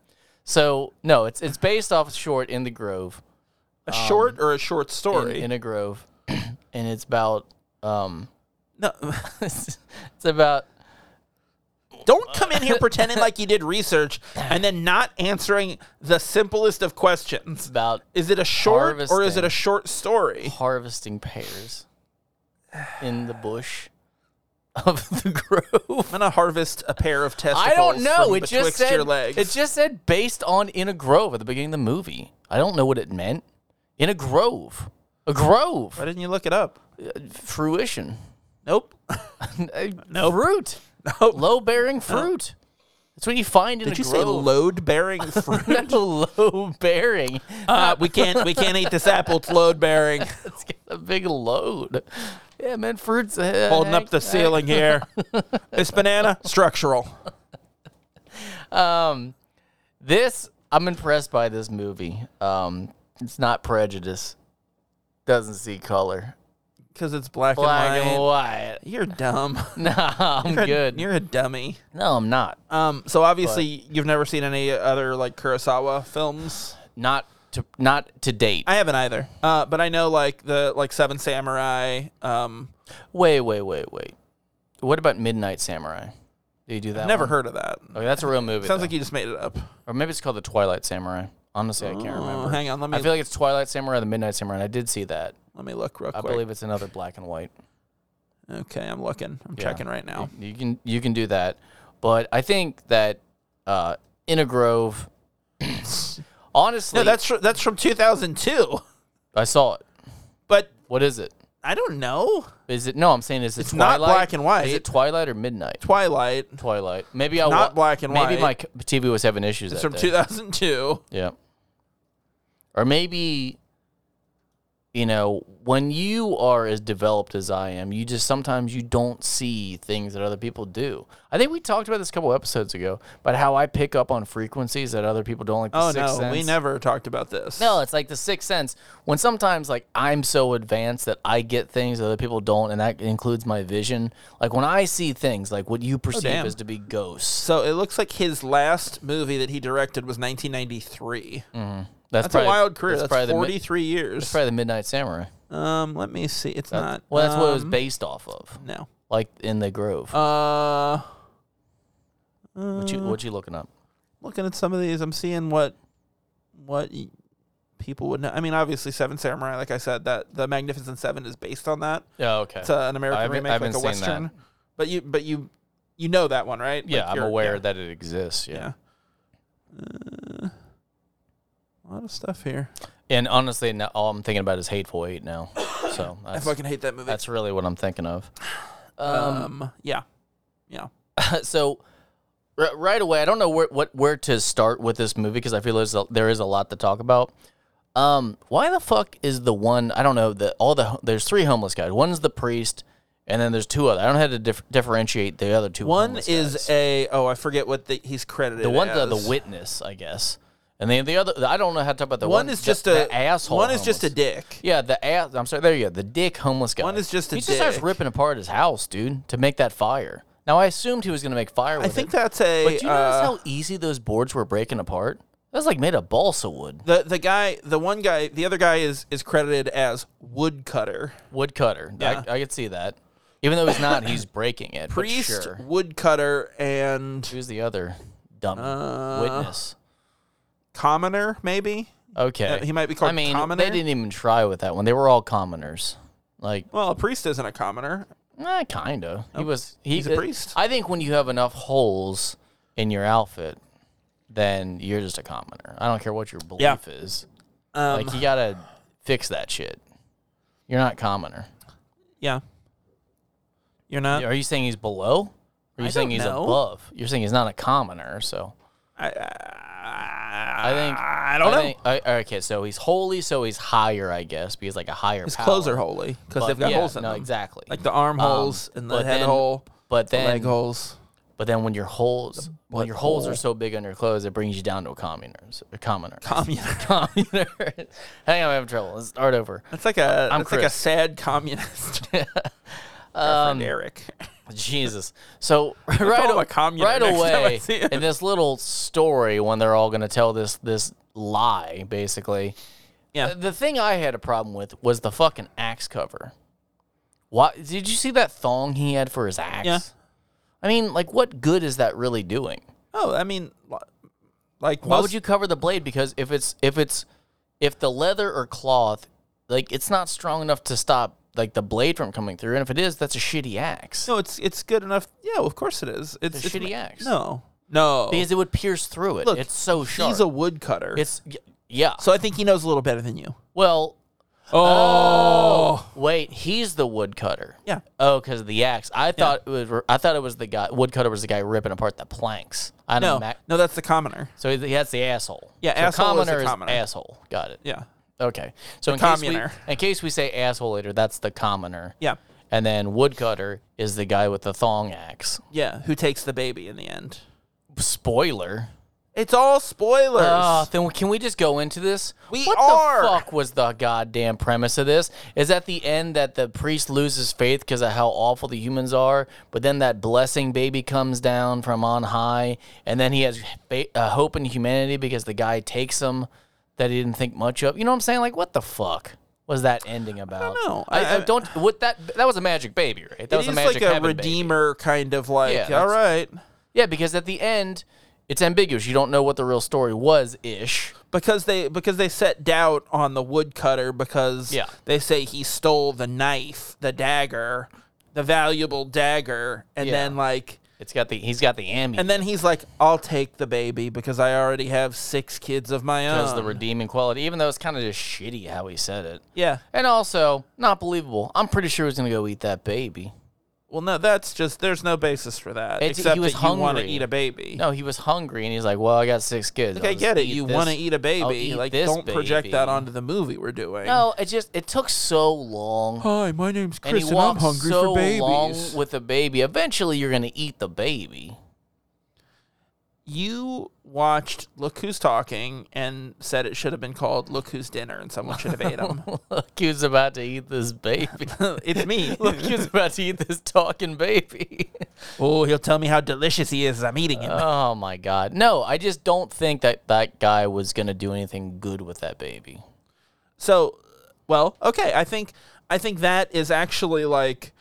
B: So no, it's it's based off a short in the Grove,
A: A short or a short
B: Um, in,
A: story.
B: in a Grove, and it's about um,
A: no.
B: it's about
A: Don't come in
B: Uh,
A: here pretending like you did research and then not answering the simplest of questions.
B: about
A: Is it a short or is it
B: Harvesting.
A: a short story?
B: harvesting pears in the bush of the Grove.
A: I'm gonna harvest a pair of testicles.
B: I don't know.
A: From
B: It just
A: betwixt
B: said
A: your legs.
B: it just said based on in a grove at the beginning of the movie. I don't know what it meant. In a grove, a grove,
A: Why didn't you look it up?
B: fruition,
A: Nope.
B: no fruit,
A: Nope.
B: low bearing fruit. That's what you find in
A: Did
B: a
A: you say
B: grove.
A: load bearing fruit?
B: no, low bearing.
A: uh, we can't. We can't eat this apple. It's load bearing.
B: It's got a big load. Yeah, man, fruits. uh,
A: Holding up
B: heck,
A: the
B: heck.
A: ceiling here. this banana structural.
B: Um, this I'm impressed by this movie. Um, it's not prejudice. Doesn't see color.
A: Because it's black,
B: Black
A: and
B: and
A: white.
B: white.
A: You're dumb.
B: No, I'm good.
A: You're a dummy.
B: No, I'm not.
A: Um, so obviously you've never seen any other like Kurosawa films.
B: Not to not to date.
A: I haven't either. Uh, but I know like the like Seven Samurai. Um,
B: wait, wait, wait, wait. What about Midnight Samurai? Do you do that?
A: never
B: one?
A: heard of that.
B: Okay, that's a real movie.
A: Sounds
B: though.
A: like you just made it up.
B: or maybe it's called the Twilight Samurai. Honestly, I can't
A: Oh,
B: remember.
A: hang on, let me
B: I feel like it's Twilight Samurai, the Midnight Samurai. And I did see that.
A: let me look real
B: I
A: quick.
B: believe it's another black and white.
A: okay, I'm looking. I'm
B: Yeah.
A: checking right now.
B: You can you can do that, but I think that uh, in a grove, honestly,
A: No, that's fr- that's from 2002.
B: I saw it.
A: But
B: What is it?
A: I don't know.
B: Is it no? I'm saying is it
A: It's not
B: Twilight?
A: black and white.
B: Is it Twilight or Midnight?
A: Twilight.
B: Twilight. Maybe I
A: not
B: wa-
A: black and
B: Maybe my
A: white.
B: c- TV was having issues.
A: It's
B: that
A: from
B: day.
A: 2002.
B: Yeah. Or maybe, you know, when you are as developed as I am, you just sometimes you don't see things that other people do. I think we talked about this a couple episodes ago about how I pick up on frequencies that other people don't like. The
A: Oh
B: sixth
A: no, we
B: sense.
A: never talked about this.
B: No, it's like the sixth sense. When sometimes like I'm so advanced that I get things that other people don't, and that includes my vision. Like when I see things like what you perceive
A: Oh, damn.
B: as to be ghosts.
A: So it looks like his last movie that he directed was 1993.
B: That's,
A: That's
B: Mm, probably,
A: a wild career. That's,
B: probably the, mi-
A: 43
B: that's
A: years.
B: probably the Midnight Samurai.
A: Um, let me see. It's not.
B: Uh, Well, that's what it was
A: um,
B: based off of,
A: No.
B: like in the Grove.
A: Uh,
B: what you what you looking up?
A: looking at some of these, I'm seeing what what y- people would know. I mean, obviously, Seven Samurai. Like I said, that the Magnificent Seven is based on that.
B: Yeah, Oh, okay.
A: It's uh, an American
B: I haven't-
A: remake,
B: I
A: like
B: haven't
A: a
B: seen that.
A: western. But you, but you, you know that one, right?
B: yeah,
A: Like,
B: I'm
A: you're-
B: aware
A: yeah,
B: that it exists. Yeah.
A: Yeah. Uh, a lot of stuff here.
B: and honestly, now, all I'm thinking about is Hateful Eight now. So that's,
A: I fucking hate that movie.
B: that's really what I'm thinking of.
A: um, yeah, yeah.
B: so r- right away, I don't know where what where to start with this movie because I feel there's a, there is a lot to talk about. Um, why the fuck is the one I don't know the all the ho- there's three homeless guys. One's the priest, and then there's two other. I don't know how to dif- differentiate the other two.
A: One
B: homeless
A: is
B: guys.
A: a oh I forget what the, he's credited.
B: The one's the,
A: as.
B: the witness, I guess. And then the other, I don't know how to talk about the
A: One
B: one.
A: is
B: the-
A: just
B: the
A: a
B: asshole.
A: One is just a
B: homeless.
A: dick.
B: Yeah, the ass. I'm sorry. There you go. The dick homeless guy.
A: One is just a
B: He just starts
A: dick.
B: ripping apart his house, dude, to make that fire. Now I assumed he was gonna make fire.
A: I
B: With
A: think
B: it.
A: that's a.
B: But do you notice
A: uh,
B: how easy those boards were breaking apart? That was like made of balsa wood.
A: the the guy, the one guy, the other guy is is credited as woodcutter,
B: Woodcutter.
A: Yeah.
B: I, I could see that. Even though he's not, he's breaking it. but
A: priest,
B: Sure.
A: woodcutter, and
B: Who's the other dumb Uh, witness?
A: commoner. Maybe
B: Okay.
A: Uh, he might be called
B: I mean,
A: commoner?
B: they didn't even try with that one. They were all commoners. Like,
A: well, a priest isn't a commoner.
B: eh, kind of. He was. He,
A: he's a priest.
B: I think when you have enough holes in your outfit, then you're just a commoner. I don't care what your belief
A: Yeah.
B: is.
A: Um,
B: Like, you gotta fix that shit. You're not commoner.
A: yeah, you're not.
B: Are you saying he's below? Or are you
A: I
B: saying
A: don't
B: he's
A: know.
B: above? You're saying he's not a commoner. So
A: I, I,
B: I think
A: Uh, I don't know.
B: think- I- okay, so he's holy, so he's higher, I guess, because like a higher.
A: His
B: power.
A: clothes are holy because
B: But
A: they've got
B: yeah,
A: holes in
B: no,
A: them.
B: Exactly.
A: Like the arm
B: Um,
A: holes and the
B: but
A: head
B: then-
A: hole,
B: But
A: the
B: then,
A: leg holes.
B: but then when your holes, when
A: butt
B: your holes are
A: hole.
B: so big on your clothes, it brings you down to a commoner. A commoner.
A: Communist.
B: commoner. Hang on, I'm having trouble. Let's start over.
A: That's like a
B: I'm
A: that's like a
B: Chris. Um,
A: sad communist. Our friend Eric.
B: Jesus. So right,
A: him
B: aw-
A: a commoner
B: right
A: next time I
B: away
A: see him.
B: in this little story when they're all going to tell this this lie basically.
A: Yeah.
B: The, the thing I had a problem with was the fucking axe cover. Why did you see that thong he had for his axe?
A: Yeah.
B: I mean, like what good is that really doing?
A: Oh, I mean, li- like
B: Why
A: most,
B: would you cover the blade because if it's if it's if the leather or cloth like it's not strong enough to stop like the blade from coming through and if it is that's a shitty axe.
A: No, it's it's good enough. Yeah, of course it is. It's,
B: It's a
A: it's
B: shitty
A: ma-
B: axe.
A: No, no.
B: Because it would pierce through it.
A: Look,
B: it's so sharp.
A: He's a woodcutter.
B: It's y- yeah.
A: so I think he knows a little better than you.
B: well,
A: Oh,
B: wait, he's the woodcutter.
A: yeah.
B: Oh, because of the axe. I thought it was. I thought it was the guy. Woodcutter was the guy ripping apart the planks. I
A: No,
B: don't know.
A: no, that's the commoner.
B: So he- that's the asshole.
A: Yeah,
B: so
A: asshole is a
B: commoner
A: commoner.
B: asshole. Got it.
A: Yeah,
B: Okay. So in case, we,
A: commoner.
B: in case we say asshole later, that's the commoner.
A: yeah.
B: And then Woodcutter is the guy with the thong axe.
A: Yeah, who takes the baby in the end?
B: Spoiler.
A: It's all spoilers.
B: Oh, then can we just go into this?
A: We
B: what
A: are.
B: the fuck was the goddamn premise of this? Is at the end that the priest loses faith because of how awful the humans are, but then that blessing baby comes down from on high, and then he has fa- uh, hope in humanity because the guy takes him that he didn't think much of. You know what I'm saying? Like, what the fuck was that ending about? I
A: know.
B: I,
A: I-
B: don't. What that that was a magic baby, right? That
A: it
B: was
A: is
B: a
A: like
B: magic
A: a
B: heaven baby.
A: redeemer kind of like.
B: Yeah,
A: all right,
B: Yeah, because at the end. It's ambiguous. You don't know what the real story was ish.
A: because they because they set doubt on the woodcutter because
B: Yeah.
A: they say he stole the knife, the dagger, the valuable dagger, and
B: Yeah.
A: then like
B: It's got the he's got the ambi.
A: and then he's like, "I'll take the baby because I already have six kids of my own."
B: because the redeeming quality, even though it's kind of just shitty how he said it.
A: uh, yeah.
B: And also, not believable. I'm pretty sure he's going to go eat that baby.
A: Well, no, that's just there's no basis for that
B: It's- he
A: except
B: was
A: that you want to
B: hungry.
A: eat a baby.
B: No, he was hungry and he's like, well, I got six kids.
A: Like, I get it. You want to eat a baby. Like, don't project that onto the movie we're doing.
B: No, it just, it took so long.
A: Hi, my name's
B: and
A: Chris,
B: he
A: and, I'm
B: walked
A: hungry
B: so
A: for babies.
B: long with a baby. Eventually, you're going to eat the baby.
A: you watched Look Who's Talking and said it should have been called Look Who's Dinner, and someone should have ate him.
B: Look who's about to eat this baby.
A: it's me.
B: Look who's about to eat this talking baby.
A: oh, he'll tell me how delicious he is. as I'm eating him.
B: Oh my god. No, I just don't think that that guy was going to do anything good with that baby.
A: So, well, okay. I think I think that is actually like,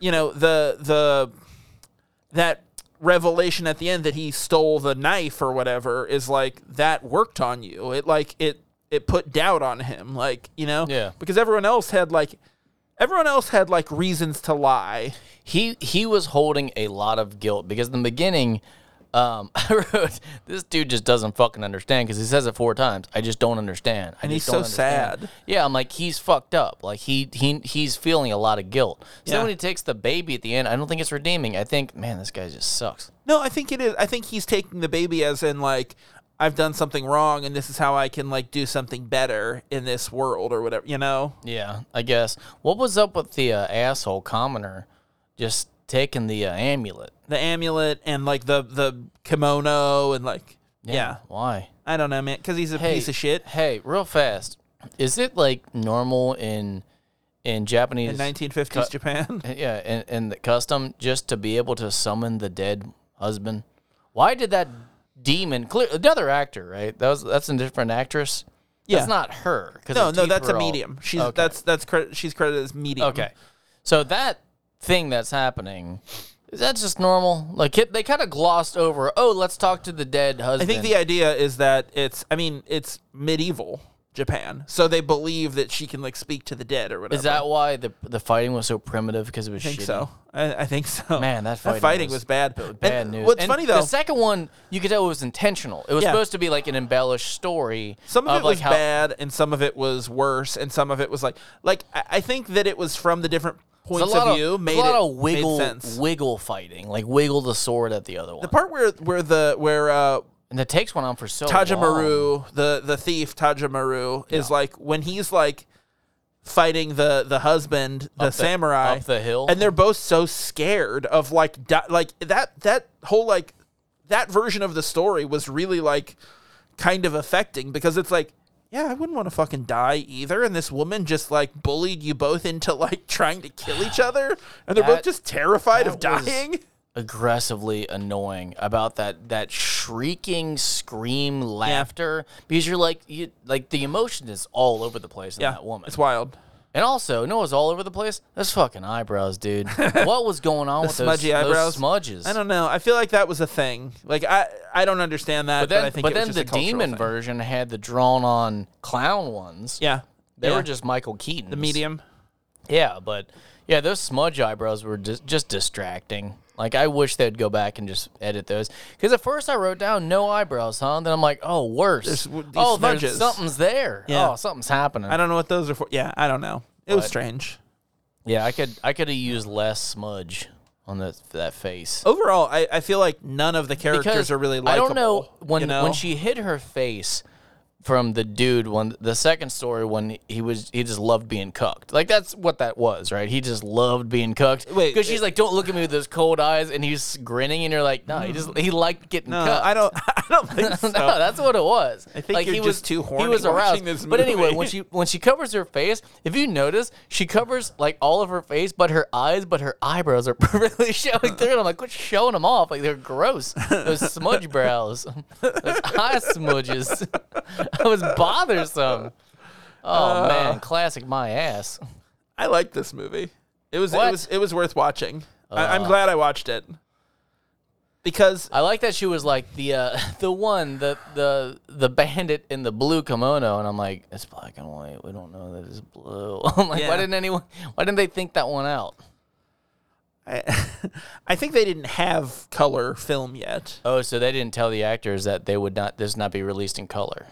A: you know, the the that revelation at the end that he stole the knife or whatever is like that worked on you. It like it it put doubt on him. Like you know,
B: Yeah.
A: Because everyone else had like everyone else had like reasons to lie.
B: He he was holding a lot of guilt because in the beginning um, I wrote, this dude just doesn't fucking understand because he says it four times. I just don't understand. I
A: And
B: just
A: he's
B: don't
A: so
B: understand."
A: sad.
B: Yeah, I'm like he's fucked up. Like he he he's feeling a lot of guilt. So
A: Yeah.
B: then when he takes the baby at the end, I don't think it's redeeming. I think man, this guy just sucks.
A: No, I think it is. I think he's taking the baby as in like I've done something wrong, and this is how I can like do something better in this world or whatever. You know.
B: Yeah, I guess. What was up with the uh, asshole commoner just taking the uh, amulet?
A: the amulet and like the the kimono and like yeah,
B: Why?
A: I don't know man because he's a piece of shit.
B: Hey, real fast. Is it like normal in in Japanese
A: In 1950s Japan,
B: yeah, in, in the custom just to be able to summon the dead husband? Why did that demon clear another actor, right? That was that's a different actress.
A: Yeah.
B: That's not her. 'cause
A: no,
B: her
A: no,
B: teeth
A: that's
B: were
A: a
B: all-
A: medium. She's
B: Okay.
A: that's that's credit. She's credited as medium.
B: Okay. So that thing that's happening, is that just normal? Like it, they kind of glossed over, oh, let's talk to the dead husband.
A: I think the idea is that it's. I mean, it's medieval Japan, so they believe that she can like speak to the dead or whatever.
B: Is that why the the fighting was so primitive because it was
A: I think
B: shitty?
A: so. I, I think so.
B: Man, that fighting
A: was,
B: was
A: bad.
B: Bad
A: And
B: news.
A: What's
B: And
A: funny though,
B: the second one you could tell it was intentional. It was
A: Yeah.
B: supposed to be like an embellished story.
A: some of, it
B: like
A: was
B: how,
A: bad and some of it was worse and some of it was like like I, I think that it was from the different
B: There's
A: points
B: a lot
A: of
B: of,
A: view
B: there's
A: made
B: a lot
A: it
B: of wiggle,
A: made sense.
B: wiggle fighting, like wiggle the sword at the other one.
A: The part where where the where uh
B: and the takes went on for so long.
A: Tajamaru, the the thief Tajamaru is like when he's like fighting the the husband, the samurai
B: up the hill.
A: and they're both so scared of like di- like that that whole like that version of the story was really like kind of affecting because it's like yeah, I wouldn't want to fucking die either. And this woman just like bullied you both into like trying to kill each other, and they're both
B: That-
A: just terrified of
B: that was-
A: dying.
B: aggressively annoying about that that shrieking scream laughter because you're like you like the emotion is all over the place in
A: yeah,
B: that woman.
A: it's wild.
B: And also, no, it's all over the place. Those fucking eyebrows, dude. what was going on with
A: smudgy
B: those,
A: eyebrows?
B: those smudges?
A: I don't know. I feel like that was a thing. Like I, I don't understand that. But,
B: But then,
A: I think
B: but
A: it was
B: then
A: just
B: the
A: a cultural
B: demon
A: thing.
B: version had the drawn-on clown ones.
A: Yeah,
B: they
A: Yeah.
B: were just Michael Keaton.
A: the medium.
B: Yeah, but yeah, those smudge eyebrows were just just distracting. Like I wish they'd go back and just edit those. Because at first I wrote down no eyebrows, huh? And then I'm like, oh, worse.
A: There's w- these
B: oh, there's-
A: smudges.
B: something's there.
A: Yeah.
B: Oh, something's happening.
A: I don't know what those are for. Yeah, I don't know. It was
B: But-
A: strange.
B: yeah, I could I could have used less smudge on that that face.
A: Overall, I, I feel like none of the characters
B: Because
A: are really likable.
B: I don't know when
A: you know?
B: when she hit her face. from the dude when the second story when he was he just loved being cucked. Like that's what that was, right? He just loved being cucked.
A: Wait,
B: because she's like, "Don't look at me with those cold eyes," and he's grinning, and you're like, "No, he just he liked getting
A: Hmm. No,
B: cucked."
A: Uh, I don't. I don't think so.
B: no, that's what it was. I
A: think
B: like,
A: you're
B: he
A: just
B: was
A: too
B: He
A: horny
B: was aroused.
A: watching this
B: But anyway,
A: movie.
B: when she when she covers her face, if you notice, she covers like all of her face, but her eyes, but her eyebrows are perfectly showing through. And I'm like, what's showing them off? Like they're gross. Those smudge brows, those eye smudges. I was bothersome. Oh
A: Uh,
B: man, classic my ass.
A: I like this movie. It was
B: What?
A: it was it was worth watching. I, I'm glad I watched it because
B: I like that she was like the uh, the one the the the bandit in the blue kimono, and I'm like, it's black and white. We don't know that it's blue. I'm like,
A: Yeah.
B: why didn't anyone? Why didn't they think that one out?
A: I, I think they didn't have color film yet.
B: Oh, so they didn't tell the actors that they would not this not be released in color.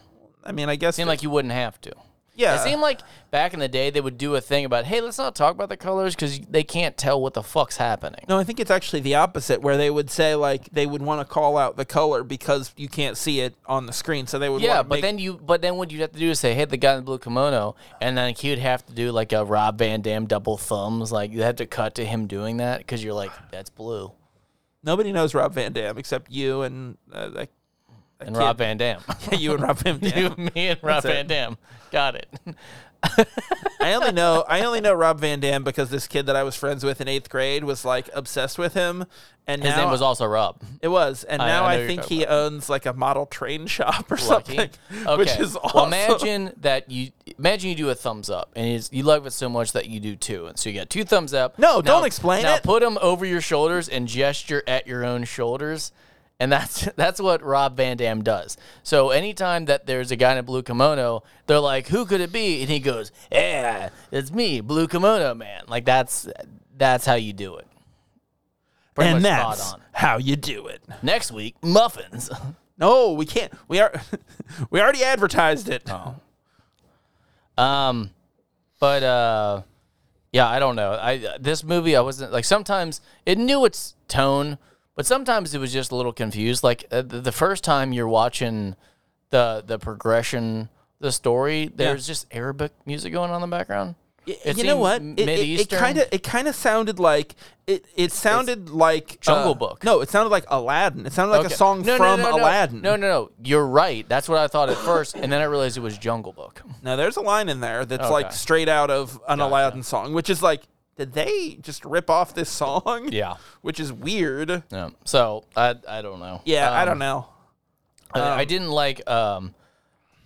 A: I mean, I guess
B: Seemed like you wouldn't have to.
A: yeah.
B: It seemed like back in the day they would do a thing about, hey, let's not talk about the colors because they can't tell what the fuck's happening.
A: no, I think it's actually the opposite, where they would say like they would want to call out the color because you can't see it on the screen, so they would
B: Yeah,
A: wanna
B: but
A: make-
B: then you, but then what you'd have to do is say, "Hey, the guy in the blue kimono," and then he would have to do like a Rob Van Dam double thumbs. Like you had to cut to him doing that because you're like, "That's blue,"
A: nobody knows Rob Van Dam except you and uh, that, that
B: and
A: kid.
B: Rob Van Dam,
A: you and Rob Van
B: you,
A: Dam.
B: me, and Rob
A: That's it.
B: Van Dam, got it.
A: I only know I only know Rob Van Dam because this kid that I was friends with in eighth grade was like obsessed with him, and
B: His
A: now
B: name was also Rob.
A: it was, and
B: I-
A: now
B: I know
A: I,
B: you're
A: think
B: talking
A: he owns like a model train shop or
B: Lucky.
A: something,
B: Okay.
A: which is awesome.
B: Well, imagine that you imagine you do a thumbs up, and it's, you love it so much that you do two, and so you got two thumbs up.
A: No, don't explain
B: now
A: it.
B: put them over your shoulders and gesture at your own shoulders, and that's that's what Rob Van Dam does. So anytime that there's a guy in a blue kimono, they're like, "Who could it be?" And he goes, "Yeah, it's me, blue kimono man." Like that's that's how you do it. Pretty
A: and
B: much
A: that's
B: spot on.
A: how you do it.
B: Next week, muffins.
A: No, we can't. We are. we already advertised it.
B: Um, but uh, yeah, I don't know. I this movie, I wasn't like sometimes it knew its tone, but sometimes it was just a little confused. Like uh, the, the first time you're watching the the progression, the story, there's just Arabic music going on in the background.
A: Y-
B: It
A: you know
B: seemed
A: what? It- It, it
B: Mid-Eastern.
A: kind of it kind of sounded like it. It sounded like
B: Jungle
A: uh,
B: Book.
A: No, it sounded like Aladdin. It sounded like
B: Okay.
A: a song
B: No, no,
A: from
B: no, no,
A: Aladdin.
B: No, no, no. You're right. That's what I thought at first, and then I realized it was Jungle Book.
A: Now there's a line in there that's like
B: Okay.
A: straight out of an Aladdin song, which is like, did they just rip off this song?
B: Yeah.
A: Which is weird.
B: Yeah. So I I don't know.
A: Yeah, I
B: Um,
A: don't know.
B: I, I didn't like um,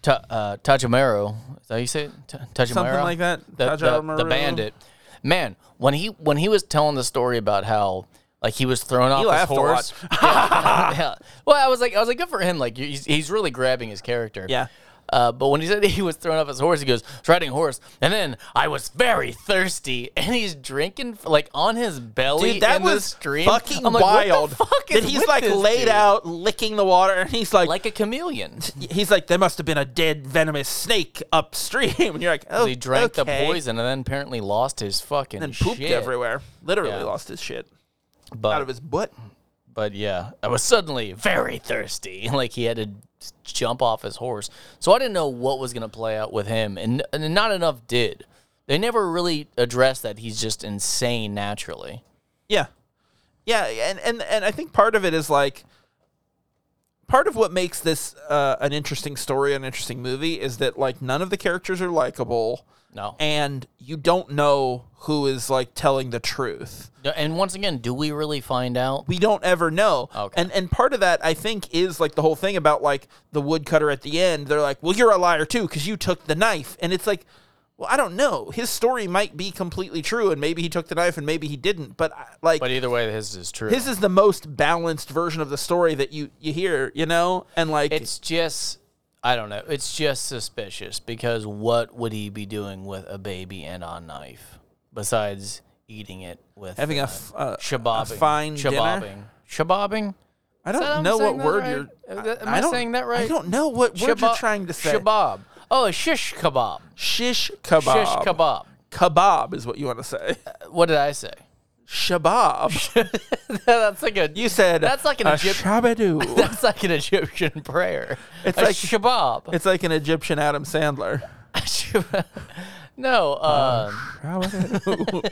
B: t- uh, Tajamaro. Is that how you say it? T- Tajamaro?
A: Something like that.
B: The, the, the
A: Tajamaro.
B: bandit. Man, when he when he was telling the story about how like he was thrown off his
A: laughed a lot.
B: horse. yeah, yeah. Well, I was like, I was like, good for him. Like he's, he's really grabbing his character.
A: Yeah.
B: Uh, but when he said he was thrown off his horse, he goes, "I was riding a horse, and then I was very thirsty, and he's drinking like on his belly.
A: Dude, that
B: in the
A: was
B: stream.
A: fucking
B: I'm like, what the
A: wild.
B: fuck is
A: that he's
B: with
A: like
B: this
A: laid
B: dude?
A: out licking the water, and he's like,
B: like a chameleon.
A: he's like, there must have been a dead venomous snake upstream, and you're like, oh,
B: he drank
A: okay.
B: the poison and then apparently lost his fucking
A: and pooped
B: shit.
A: everywhere. Literally
B: Yeah.
A: lost his shit
B: But,
A: out of his butt.
B: but yeah, I was suddenly very thirsty. Like he had to jump off his horse, so I didn't know what was gonna play out with him, and, and not enough did. They never really addressed that he's just insane naturally.
A: Yeah. Yeah, and, and and I think part of it is like part of what makes this uh, an interesting story, an interesting movie is that like none of the characters are likable
B: No, and,
A: and you don't know who is like telling the truth.
B: and once again, do we really find out?
A: We don't ever know.
B: Okay.
A: And and part of that I think is like the whole thing about like the woodcutter at the end. They're like, "Well, you're a liar too cuz you took the knife." And it's like, "Well, I don't know. His story might be completely true and maybe he took the knife and maybe he didn't." But I- like
B: But either way, his is true.
A: his is the most balanced version of the story that you you hear, you know, and like
B: It's just I don't know. It's just suspicious because what would he be doing with a baby and a knife besides eating it with
A: having a,
B: uh,
A: f- uh,
B: shabobbing,
A: a fine dinner?
B: shabobbing, shabobbing.
A: I
B: that how
A: don't
B: I'm
A: know what
B: saying that
A: word
B: right?
A: you're.
B: Is that- am I
A: don't-
B: saying that
A: I
B: right?
A: don't know what word you're
B: Shabo-
A: trying to say.
B: Shabob. Oh, a shish kebab.
A: Shish kebab.
B: Shish kebab.
A: Kebab is what you want to say.
B: What did I say?
A: shabab.
B: that's like a
A: You said
B: That's like an
A: a
B: Egypt-
A: shabadoo.
B: that's like an Egyptian prayer.
A: It's
B: a
A: like-
B: shabab.
A: it's like an Egyptian Adam Sandler.
B: no, um,
A: Shabadoo.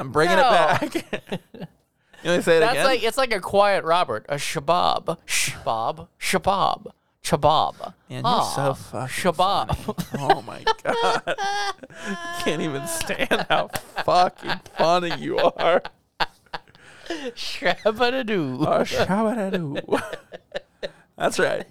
A: I'm bringing
B: No.
A: it back. you want me to say it
B: that's
A: again?
B: like it's like a quiet Robert, a shabab, shabab, shabab, shabab.
A: Man, you're
B: Ah,
A: so fucking
B: shabab.
A: Oh my god! Can't even stand how fucking funny you are.
B: Shabadoo.
A: Oh, shabadoo. That's right.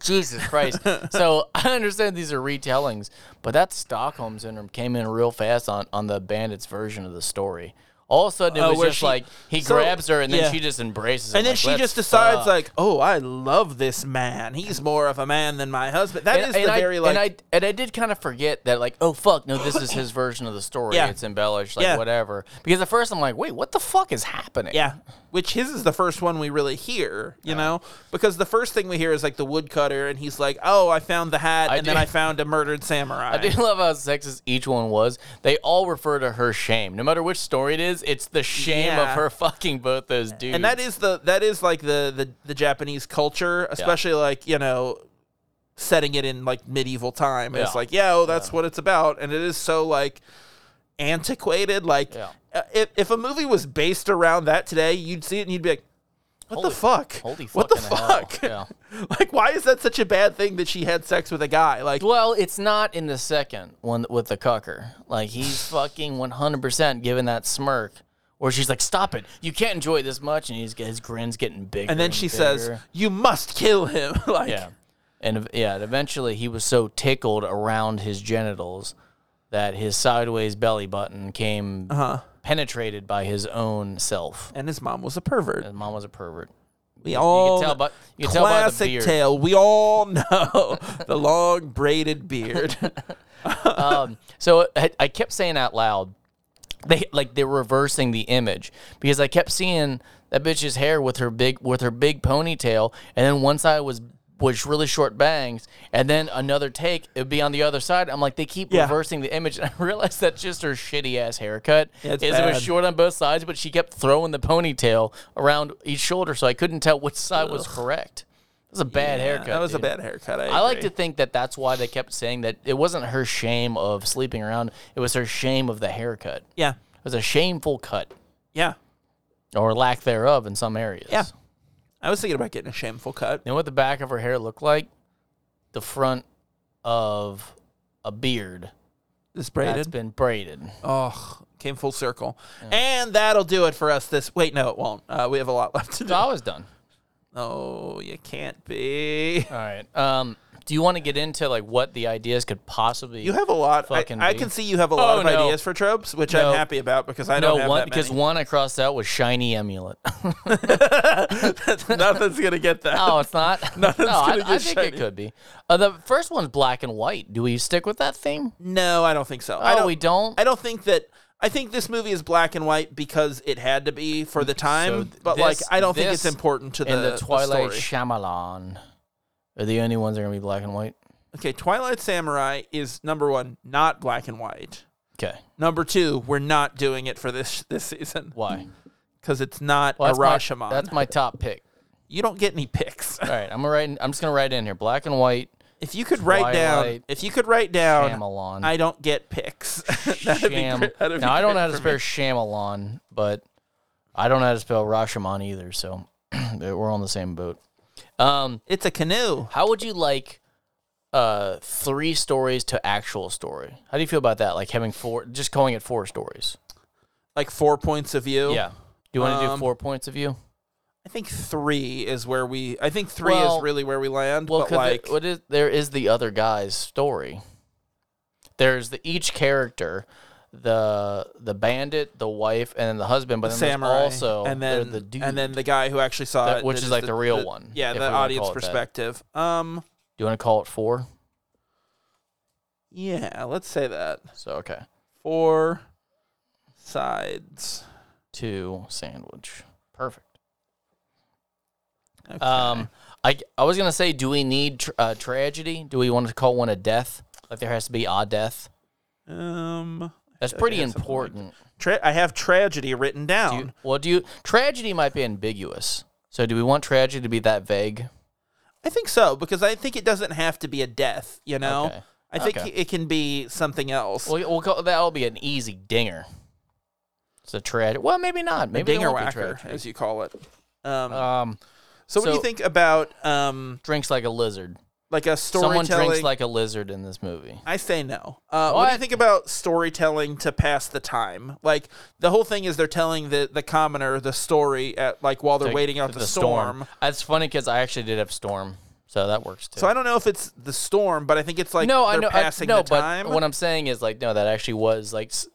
B: Jesus Christ. so I understand these are retellings, but that Stockholm syndrome came in real fast on, on the bandits version of the story. All of a sudden, it
A: Oh,
B: was
A: where
B: just
A: she-
B: like he
A: so-
B: grabs her and then
A: yeah.
B: she just embraces him.
A: And then
B: like,
A: she
B: "Let's
A: just decides,
B: fuck."
A: like, "Oh, I love this man. He's more of a man than my husband." That is
B: and,
A: the
B: and I,
A: very like.
B: and I and I did kind of forget that like oh fuck no this is his version of the story
A: Yeah.
B: it's embellished like
A: Yeah.
B: whatever because at first I'm like wait what the fuck is happening
A: Yeah. Which his is the first one we really hear, you know? Because the first thing we hear is like the woodcutter, and he's like, oh, I found the hat,
B: I
A: and then
B: do-
A: I found a murdered samurai.
B: I do love how sexist each one was. They all refer to her shame. No matter which story it is, it's the shame
A: Yeah.
B: of her fucking both those dudes.
A: and that is the that is like the the, the Japanese culture, especially like you know, setting it in like medieval time. It's
B: Yeah.
A: like yeah, oh, that's what it's about, and it is so like antiquated. Like
B: Yeah.
A: uh, if if a movie was based around that today, you'd see it and you'd be like, what
B: Holy-
A: the fuck?
B: holy
A: what the
B: fucking hell.
A: fuck? like why is that such a bad thing that she had sex with a guy? Like
B: Well, it's not in the second one with the cucker. Like he's fucking one hundred percent giving that smirk, where she's like, "Stop it! You can't enjoy it this much." And he's his grin's getting bigger.
A: and then she says,
B: bigger.
A: "You must kill him." like,
B: "Yeah." And ev- yeah, and eventually he was so tickled around his genitals that his sideways belly button came
A: Uh-huh.
B: penetrated by his own self.
A: and his mom was a pervert.
B: His mom was a pervert.
A: We all
B: tell by- you can tell by the
A: classic
B: beard.
A: tale. We all know the long braided beard.
B: Um, So I, I kept saying out loud, they like they're reversing the image because I kept seeing that bitch's hair with her big with her big ponytail, and then one side was was really short bangs, and then another take it'd be on the other side. I'm like, they keep
A: Yeah.
B: reversing the image, and I realized that's just her shitty ass haircut.
A: Yeah, it's
B: is it
A: bad.
B: was short on both sides, but she kept throwing the ponytail around each shoulder, so I couldn't tell which side was correct. It was a bad haircut.
A: that was
B: dude.
A: a bad haircut. I,
B: I like to
A: agree.
B: think that that's why they kept saying that it wasn't her shame of sleeping around; it was her shame of the haircut.
A: Yeah,
B: It was a shameful cut
A: yeah,
B: or lack thereof in some areas.
A: yeah. I was thinking about getting a shameful cut.
B: You know what the back of her hair looked like? The front of a beard
A: This
B: that's
A: braided.
B: been braided.
A: oh, came full circle. And that'll do it for us. This. Wait, no, it won't. Uh, we have a lot left to do.
B: So I was done.
A: Oh, you can't be.
B: All right. Um, do you want to get into like what the ideas could possibly?
A: You have a lot. I,
B: Fucking
A: I
B: be.
A: can see you have a lot
B: Oh,
A: of
B: no.
A: ideas for tropes, which
B: No.
A: I'm happy about because I
B: no
A: don't have
B: one
A: that
B: because
A: many.
B: one I crossed out was shiny amulet.
A: Nothing's gonna get that.
B: Oh, it's not. no, I,
A: gonna
B: I
A: get
B: think it
A: shiny.
B: could be. Uh, the first one's black and white. Do we stick with that theme?
A: No, I don't think so.
B: Oh,
A: I don't,
B: we don't?
A: I don't think that. I think this movie is black and white because it had to be for the
B: So
A: time.
B: th-
A: but
B: this-
A: like, I don't think it's
B: this
A: important to the,
B: and the Twilight
A: story.
B: Shyamalan are the only ones that are gonna be black and white.
A: okay, Twilight Samurai is number one, not black and white.
B: Okay,
A: Number two, we're not doing it for this this season
B: why?
A: because it's not
B: Well,
A: a
B: that's my-
A: Rashomon.
B: that's my top pick.
A: you don't get any picks.
B: All right, I'm gonna write. in- I'm just gonna write in here black and white.
A: If you could write down,
B: Twilight
A: if you could write down,
B: Shyamalan.
A: Oh, I don't get picks. that'd
B: Sham.
A: be, gr- that'd be
B: now I don't
A: great
B: know how to
A: for me.
B: spell Shyamalan, but I don't know how to spell Rashomon either. So we're on the same boat. Um,
A: It's a canoe.
B: How would you like uh three stories to actual story? How do you feel about that? Like having four just calling it four stories.
A: Like four points of view.
B: Yeah. Do you want to do
A: Um,
B: four points of view?
A: I think three is where we. I think three
B: Well-
A: is really where we land.
B: Well,
A: but
B: 'cause
A: like,
B: there, what is there is the other guy's story. There's the each character, the the bandit, the wife, and then the husband, but
A: the
B: then
A: samurai,
B: there's also
A: and
B: there-
A: then
B: the dude.
A: and then the guy who actually saw
B: That-
A: it,
B: which
A: that
B: is like the real one,
A: Yeah,
B: if
A: the
B: we wanna
A: audience
B: call it that.
A: perspective. Um,
B: do you want to call it four?
A: yeah, let's say that
B: So okay,
A: four sides.
B: two sandwich, perfect.
A: Okay.
B: Um, I I was gonna say, do we need tr- uh, tragedy? Do we want to call one a death? Like there has to be a death.
A: Um,
B: That's
A: feel like I
B: pretty
A: have something like
B: important.
A: tra- I have tragedy written
B: Do
A: down.
B: you, well, do you tragedy might be ambiguous. So do we want tragedy to be that vague?
A: I think so because I think it doesn't have to be a death. You know,
B: Okay.
A: I think
B: Okay.
A: it can be something else.
B: Well, we'll call, that'll be an easy dinger. It's a tragedy. Well, maybe not. Maybe it
A: dinger
B: won't be
A: whacker,
B: tragedy.
A: as you call it. Um,
B: Um,
A: so, what do you
B: so-
A: think about um,
B: drinks like a lizard.
A: like a
B: Someone
A: storytelling?
B: drinks like a lizard in this movie.
A: I say no. Uh, what do you
B: What?
A: think about storytelling to pass the time? Like the whole thing is they're telling the, the commoner the story at like while they're
B: To-
A: waiting out
B: to
A: the, storm.
B: That's funny because I actually did have storm, so that works too.
A: So I don't know if it's the storm, but I think it's like
B: no,
A: they're
B: I know. I-
A: passing
B: no,
A: the time.
B: but what I'm saying is like no, that actually was like, s-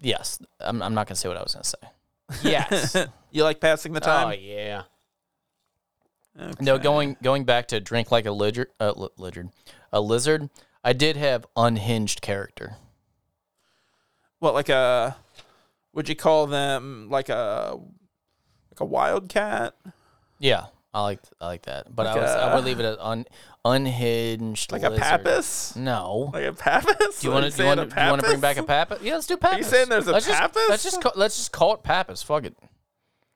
B: yes. I'm, I'm not gonna say what I was gonna say. Yes.
A: you like passing the
B: Oh
A: time?
B: yeah. No, going going back to drink like a lizard, uh, li- lizard, a lizard. I did have unhinged character.
A: What like a would you call them like a like a wildcat?
B: Yeah, I like I like that, but I
A: Like
B: was I
A: a-
B: would leave it at un, unhinged.
A: Like a
B: lizard.
A: Pappas?
B: No.
A: Like a Pappas?
B: do you want to do you want to bring back a Pappas? Yeah, let's do Pappas.
A: saying there's a
B: let's just-
A: Pappas?
B: let's just call, let's just call it Pappas. Fuck it.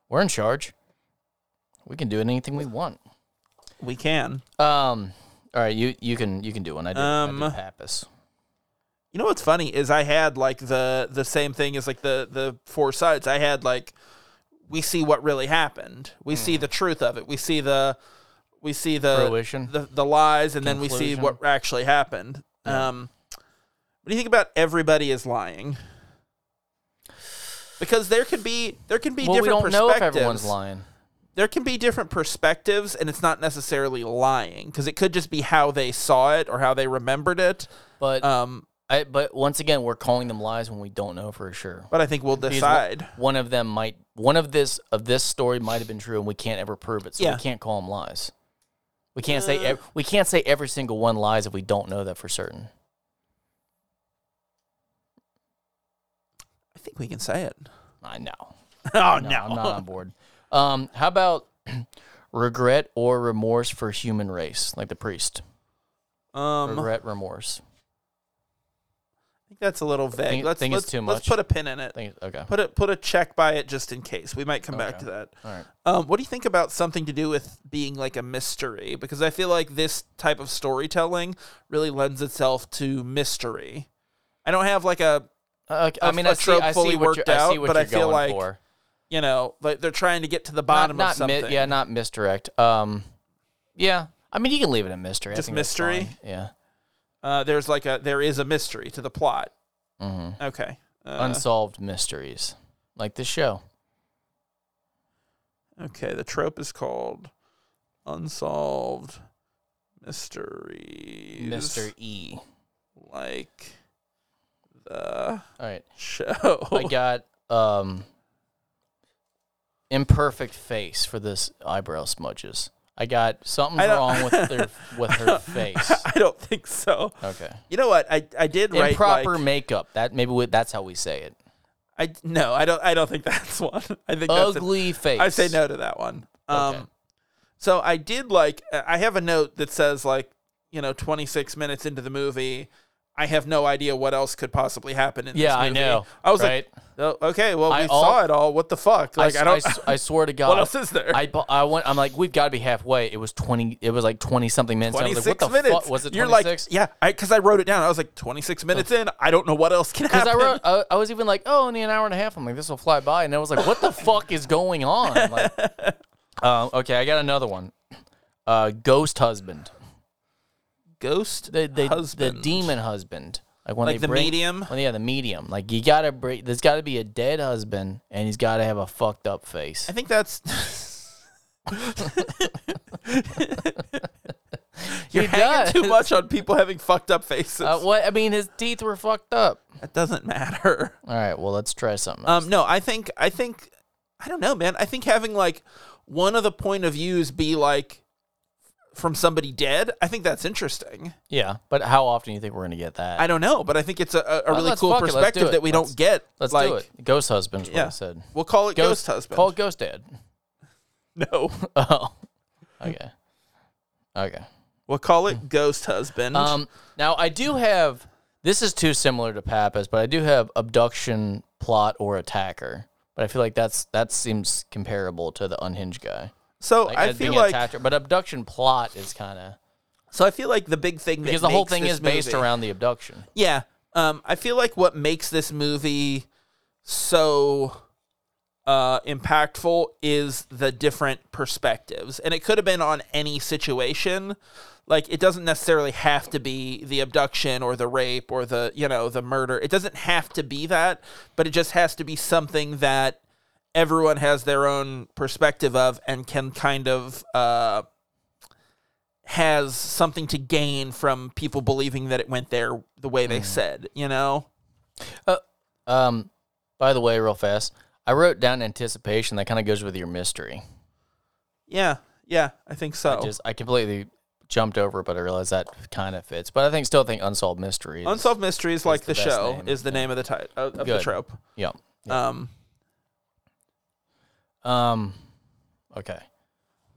B: We're in charge. We can do anything we want.
A: We can.
B: Um. All right, you you can you can do one. I did, I
A: Um,
B: did Pappas.
A: You know what's funny is I had like the the same thing as like the the four sides. I had like we see what really happened. We
B: Mm-hmm.
A: see the truth of it. We see the we see the
B: Fruition.
A: the, the lies, and then we see
B: Conclusion.
A: what actually happened. Um, what do you think about everybody is lying? Because there could be there can be
B: Well, we
A: different
B: don't know if
A: perspectives.
B: everyone's lying.
A: There can be different perspectives, and it's not necessarily lying because it could just be how they saw it or how they remembered it.
B: But
A: Um,
B: I, but once again, we're calling them lies when we don't know for sure.
A: but I think we'll
B: Because one-
A: decide.
B: One of them might, one of this of this story might have been true, and we can't ever prove it, so
A: Yeah. Uh.
B: we can't call them lies. We can't say ev- we can't say every single one lies if we don't know that for certain.
A: I think we can say it.
B: I know.
A: Oh
B: No, I'm not on board. Um, how about regret or remorse for human race, like the priest?
A: Um, I
B: Regret, remorse.
A: think that's a little vague.
B: Think-
A: let's
B: think it's
A: let's,
B: too
A: let's
B: much.
A: put a pin in it.
B: I think, okay.
A: Put a put a check by it just in case. We might come back
B: Okay.
A: to that.
B: All right.
A: Um, what do you think about something to do with being like a mystery? Because I feel like this type of storytelling really lends itself to mystery. I don't have like a
B: Uh, I
A: A-
B: mean,
A: a
B: I see,
A: trope
B: I
A: fully
B: see what
A: worked
B: you're, I
A: out,
B: see what
A: but
B: you're
A: I feel
B: going
A: like
B: for.
A: you know like they're trying to get to the
B: Not-
A: bottom
B: not,
A: of something.
B: Mi- yeah, not misdirect. Um, yeah. I mean, you can leave it a mystery. I
A: Just
B: think that's
A: mystery?
B: fine. Yeah.
A: Uh, there's like a there is a mystery to the plot.
B: hmm
A: Okay. Uh,
B: Unsolved mysteries, like this show.
A: Okay, the trope is called Unsolved Mysteries.
B: Mister E.
A: Like the
B: All right.
A: show.
B: I got um imperfect face for this eyebrow smudges. I got something's
A: I don't-
B: wrong with their with her face.
A: I don't think so.
B: Okay.
A: You know what? I, I did write
B: Improper
A: like,
B: makeup. That maybe we, that's how we say it.
A: I no, I don't I don't think that's one. I think that's a,
B: Ugly face.
A: I say no to that one. Um
B: Okay.
A: so I did like I have a note that says like, you know, 26 minutes into the movie, I have no idea what else could possibly happen in
B: Yeah,
A: this
B: I
A: movie.
B: know,
A: I was like,
B: right?
A: Oh, okay. Well,
B: I
A: we
B: all-
A: saw it all. What the fuck? Like, I,
B: s-
A: don't.
B: s- I swear to God.
A: else is there?
B: I, bu- I went. I'm like, we've got to be halfway. It was twenty. It was like twenty something minutes. and I was
A: twenty
B: like,
A: six
B: what the
A: minutes.
B: Fuck? Was it
A: You're
B: twenty
A: like,
B: six?
A: yeah, because I, wrote it down. I was like, twenty six minutes in. I don't know what else can
B: Because
A: happen.
B: I wrote, I, I was even like, oh, only an hour and a half. I'm like, this will fly by, and I was like, what the fuck is going on? Like, um, okay, I got another one. Uh, ghost husband,
A: Ghost.
B: the the, the
A: Husband.
B: demon husband, like when
A: Like
B: they
A: the
B: bring-
A: medium?
B: Well, yeah, the medium. Like you gotta break. There's gotta be a dead husband, and he's gotta have a fucked up face.
A: I think that's. You're
B: He
A: hanging too
B: does.
A: much on people having fucked up faces.
B: Uh, what I mean, his teeth were fucked up.
A: That doesn't matter.
B: All right, well, let's try something. else.
A: Um, no, I think I think I don't know, man. I think having like one of the point of views be like from somebody dead. I think that's interesting.
B: yeah, but how often do you think we're gonna get that?
A: I don't know, but I think it's a, a- a really
B: Uh, let's
A: cool
B: fuck it, let's do
A: perspective
B: it.
A: that we
B: Let's-
A: don't get.
B: Let's
A: like,
B: do it. Ghost husband's what
A: Yeah.
B: I said.
A: We'll call it Ghost, Husband.
B: Call it ghost dad.
A: no,
B: Oh, okay, okay. Hmm.
A: we'll call it Ghost Husband.
B: Um, now I do have This is too similar to Pappas, but I do have abduction, plot, or attacker. But I feel like that's that seems comparable to the unhinged guy.
A: So
B: Like,
A: I
B: as
A: feel
B: being an
A: like
B: attacker, but abduction plot is kind of
A: so I feel like the big thing
B: because
A: that
B: the whole
A: makes
B: thing
A: this
B: is based
A: movie-
B: around the abduction.
A: Yeah. Um, I feel like what makes this movie so uh, impactful is the different perspectives. And it could have been on any situation. Like it doesn't necessarily have to be the abduction or the rape or the, you know, the murder. It doesn't have to be that, but it just has to be something that everyone has their own perspective of and can kind of uh has something to gain from people believing that it went there the way
B: Mm.
A: they said, you know?
B: Um, by the way, real fast, I wrote down anticipation. That kind of goes with your mystery.
A: Yeah. Yeah, I think so.
B: Just I completely jumped over, it, but I realized that kind of fits. But I think still think unsolved mysteries.
A: Unsolved Mysteries, like the,
B: the best
A: show,
B: name,
A: is the
B: yeah.
A: name of the title of, of the
B: Good.
A: trope.
B: Yeah.
A: Um,
B: Um. Okay.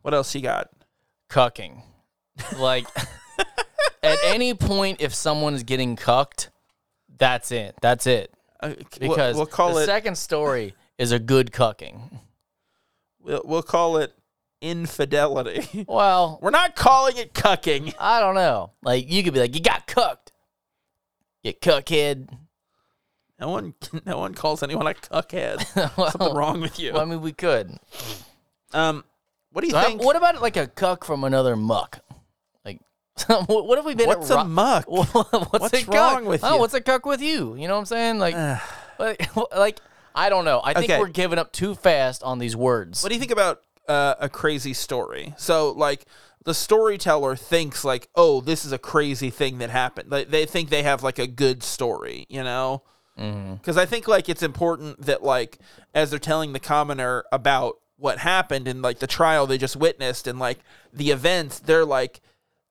A: what else you got?
B: Cucking. Like at any point, if someone's getting cucked, that's it. That's it.
A: Uh, we'll-
B: Because
A: we'll, call
B: the
A: it
B: second story is a good cucking.
A: we'll, we'll call it infidelity.
B: Well,
A: We're not calling it cucking.
B: I don't know. Like you could be like, you got cucked. You cuckhead.
A: No one no one calls anyone a cuckhead. Something wrong with you.
B: Well, I mean, we could.
A: Um, what do you
B: So how-
A: think?
B: what about like a cuck from another muck? Like, what, what have we been?
A: what's
B: at
A: a muck?
B: what's,
A: What's
B: a cuck?
A: wrong with
B: I don't know,
A: you?
B: What's a cuck with you? You know what I'm saying? Like, like, like, I don't know. I think
A: Okay.
B: we're giving up too fast on these words.
A: What do you think about uh, a crazy story? So, like, the storyteller thinks, like, oh, this is a crazy thing that happened. Like, they think they have, like, a good story, you know? Because I think, like, it's important that, like, as they're telling the commoner about what happened and, like, the trial they just witnessed and, like, the events, they're like,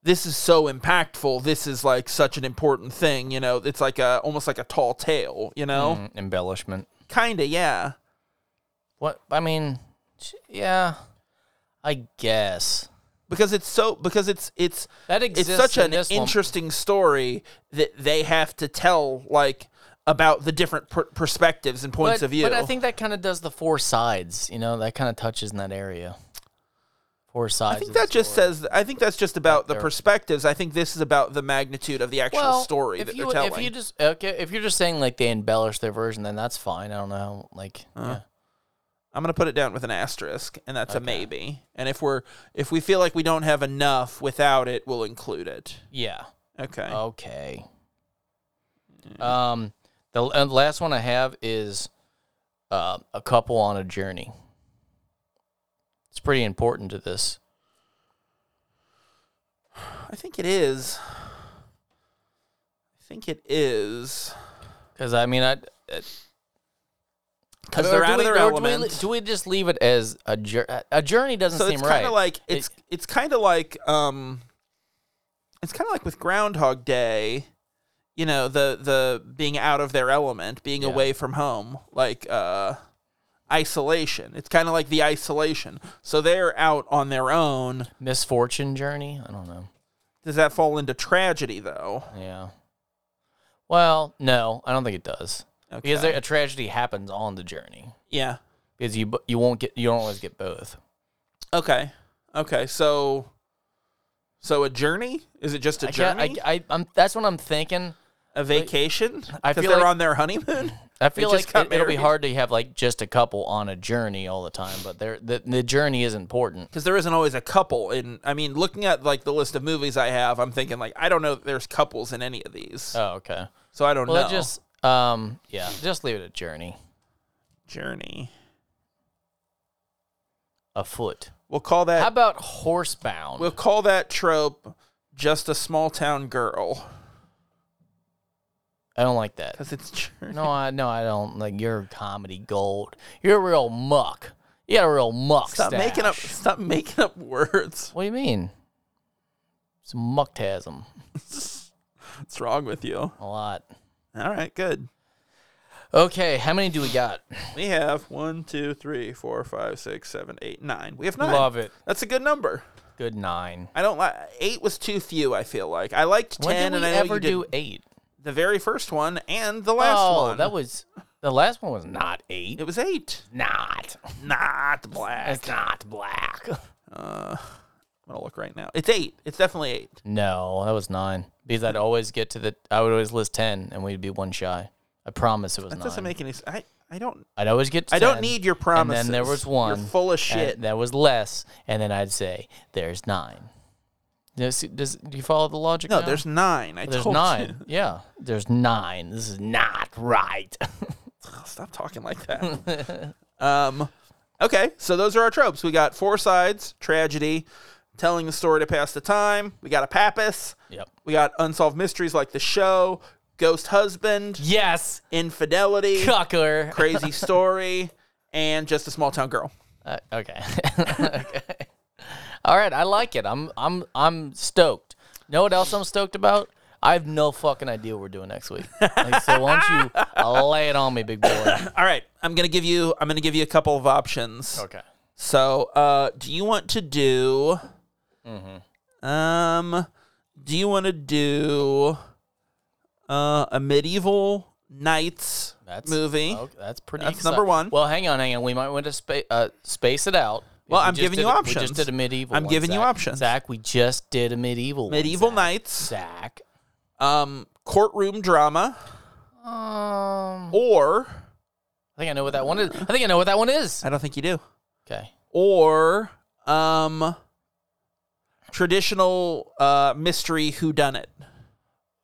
A: this is so impactful. This is like such an important thing, you know. It's like a almost like a tall tale, you know.
B: Mm, embellishment.
A: Kinda, yeah.
B: What? I mean, sh- yeah. I guess
A: Because it's so because it's it's
B: that
A: it's
B: exists.
A: such
B: in
A: an
B: this one.
A: interesting story that they have to tell like about the different per- perspectives and points
B: But,
A: of view.
B: but I think that kind of does the four sides. You know, that kind of touches in that area. Four sides.
A: I think
B: of the
A: that just
B: story.
A: says I think that's just about the
B: there.
A: perspectives. I think this is about the magnitude of the actual story
B: if
A: that
B: you,
A: they're telling.
B: If you just okay, if you're just saying like they embellish their version, then that's fine. I don't know, like
A: Uh-huh.
B: yeah.
A: I'm going to put it down with an asterisk and that's a maybe. And if we're if we feel like we don't have enough without it, we'll include it.
B: yeah,
A: Okay.
B: Oh. okay. Um, the l- and last one I have is uh, a couple on a journey. It's pretty important to this.
A: I think it is. I think it is
B: Because I uh, mean, I because
A: cuz they're out of their
B: Do we,
A: element.
B: li- do we just leave it as a jour- a- a journey? Doesn't
A: so
B: seem
A: it's
B: right.
A: kind of like it's it's kind of like um it's kind of like with groundhog day you know the the being out of their element being
B: Yeah.
A: away from home like uh isolation it's kind of like the isolation so they're out on their own
B: misfortune journey. I don't know.
A: does that fall into tragedy though
B: Yeah. Well, no, I don't think it does. Because
A: Okay.
B: there, a tragedy happens on the journey.
A: yeah
B: Because you bo- you won't get you don't always get both.
A: okay okay so so a journey is it just a
B: I can't-
A: journey
B: I, I, am that's what I'm thinking.
A: A vacation
B: I
A: because
B: feel
A: they're
B: like-
A: on their honeymoon
B: I feel
A: just
B: like
A: got
B: it, will be
A: married.
B: hard to have like just a couple on a journey all the time, but there the, the journey is important.
A: because there isn't always a couple in i mean looking at like the list of movies i have i'm thinking like i don't know that there's couples in any of these
B: Oh, okay.
A: so i don't
B: Well,
A: know
B: it just um yeah, just leave it a journey
A: journey
B: afoot.
A: we'll call that
B: How about horsebound?
A: Uh, we'll call that trope just a small town girl
B: I don't like that.
A: because it's journey
B: No, I no, I don't like your comedy gold. You're a real muck. You got a real muck.
A: stop making up
B: stash.
A: stop making up words
B: What do you mean? It's mucktasm.
A: what's wrong with you
B: A lot.
A: all right good
B: Okay, how many do we got?
A: we have one two three four five six seven eight nine we have nine
B: Love it.
A: that's a good number
B: Good nine.
A: i don't like eight was too few i feel like i liked
B: When
A: ten
B: did
A: and
B: we
A: i know
B: ever
A: you did
B: do eight?
A: the very first one and the last
B: oh,
A: one.
B: that was the last one was not eight.
A: it was eight.
B: not.
A: Not black.
B: It's not black.
A: I'm gonna look right now. It's eight. It's definitely eight.
B: No, that was nine. Because I'd always get to the. I would always list ten, and we'd be one shy. I promise it was
A: That
B: nine.
A: doesn't make any. s- I I don't.
B: I'd always get. To
A: I don't
B: 10,
A: need your promises.
B: And then there was
A: You're
B: one.
A: full of
B: and
A: shit.
B: That was less, and then I'd say there's nine. Now, see, Does, do you follow the logic?
A: No,
B: now?
A: there's nine. I
B: there's
A: told
B: nine. Yeah, there's nine. This is not right.
A: you. Stop talking like that. um, okay. So those are our tropes. We got four sides: tragedy, telling the story to pass the time. We got a Pappas.
B: yep.
A: We got unsolved mysteries like the show, ghost husband,
B: Yes,
A: infidelity,
B: cucker.
A: crazy story, and just a small town girl.
B: Uh, okay. okay. All right, I like it. I'm I'm I'm stoked. Know what else I'm stoked about? I have no fucking idea what we're doing next week. Like, so why don't you uh, lay it on me, big boy?
A: All right, I'm gonna give you. I'm gonna give you a couple of options.
B: Okay.
A: So, uh, do you want to do? Um, do you want to do uh, a medieval knights
B: That's
A: movie?
B: Okay, that's pretty.
A: That's
B: exci-
A: number one.
B: Well, hang on, hang on. We might want to spa- uh, space it out.
A: Well,
B: We
A: I'm
B: just
A: giving
B: did
A: you
B: a- We
A: options.
B: just did a medieval.
A: I'm
B: one,
A: giving you
B: Zach.
A: options.
B: Zach, we just did a medieval.
A: Medieval
B: one,
A: knights,
B: Zach.
A: um, courtroom drama,
B: Zach. Um,
A: or
B: I think I know what that one is. I think I know what that one is.
A: I don't think you do,
B: Okay.
A: or um, traditional uh, mystery whodunit.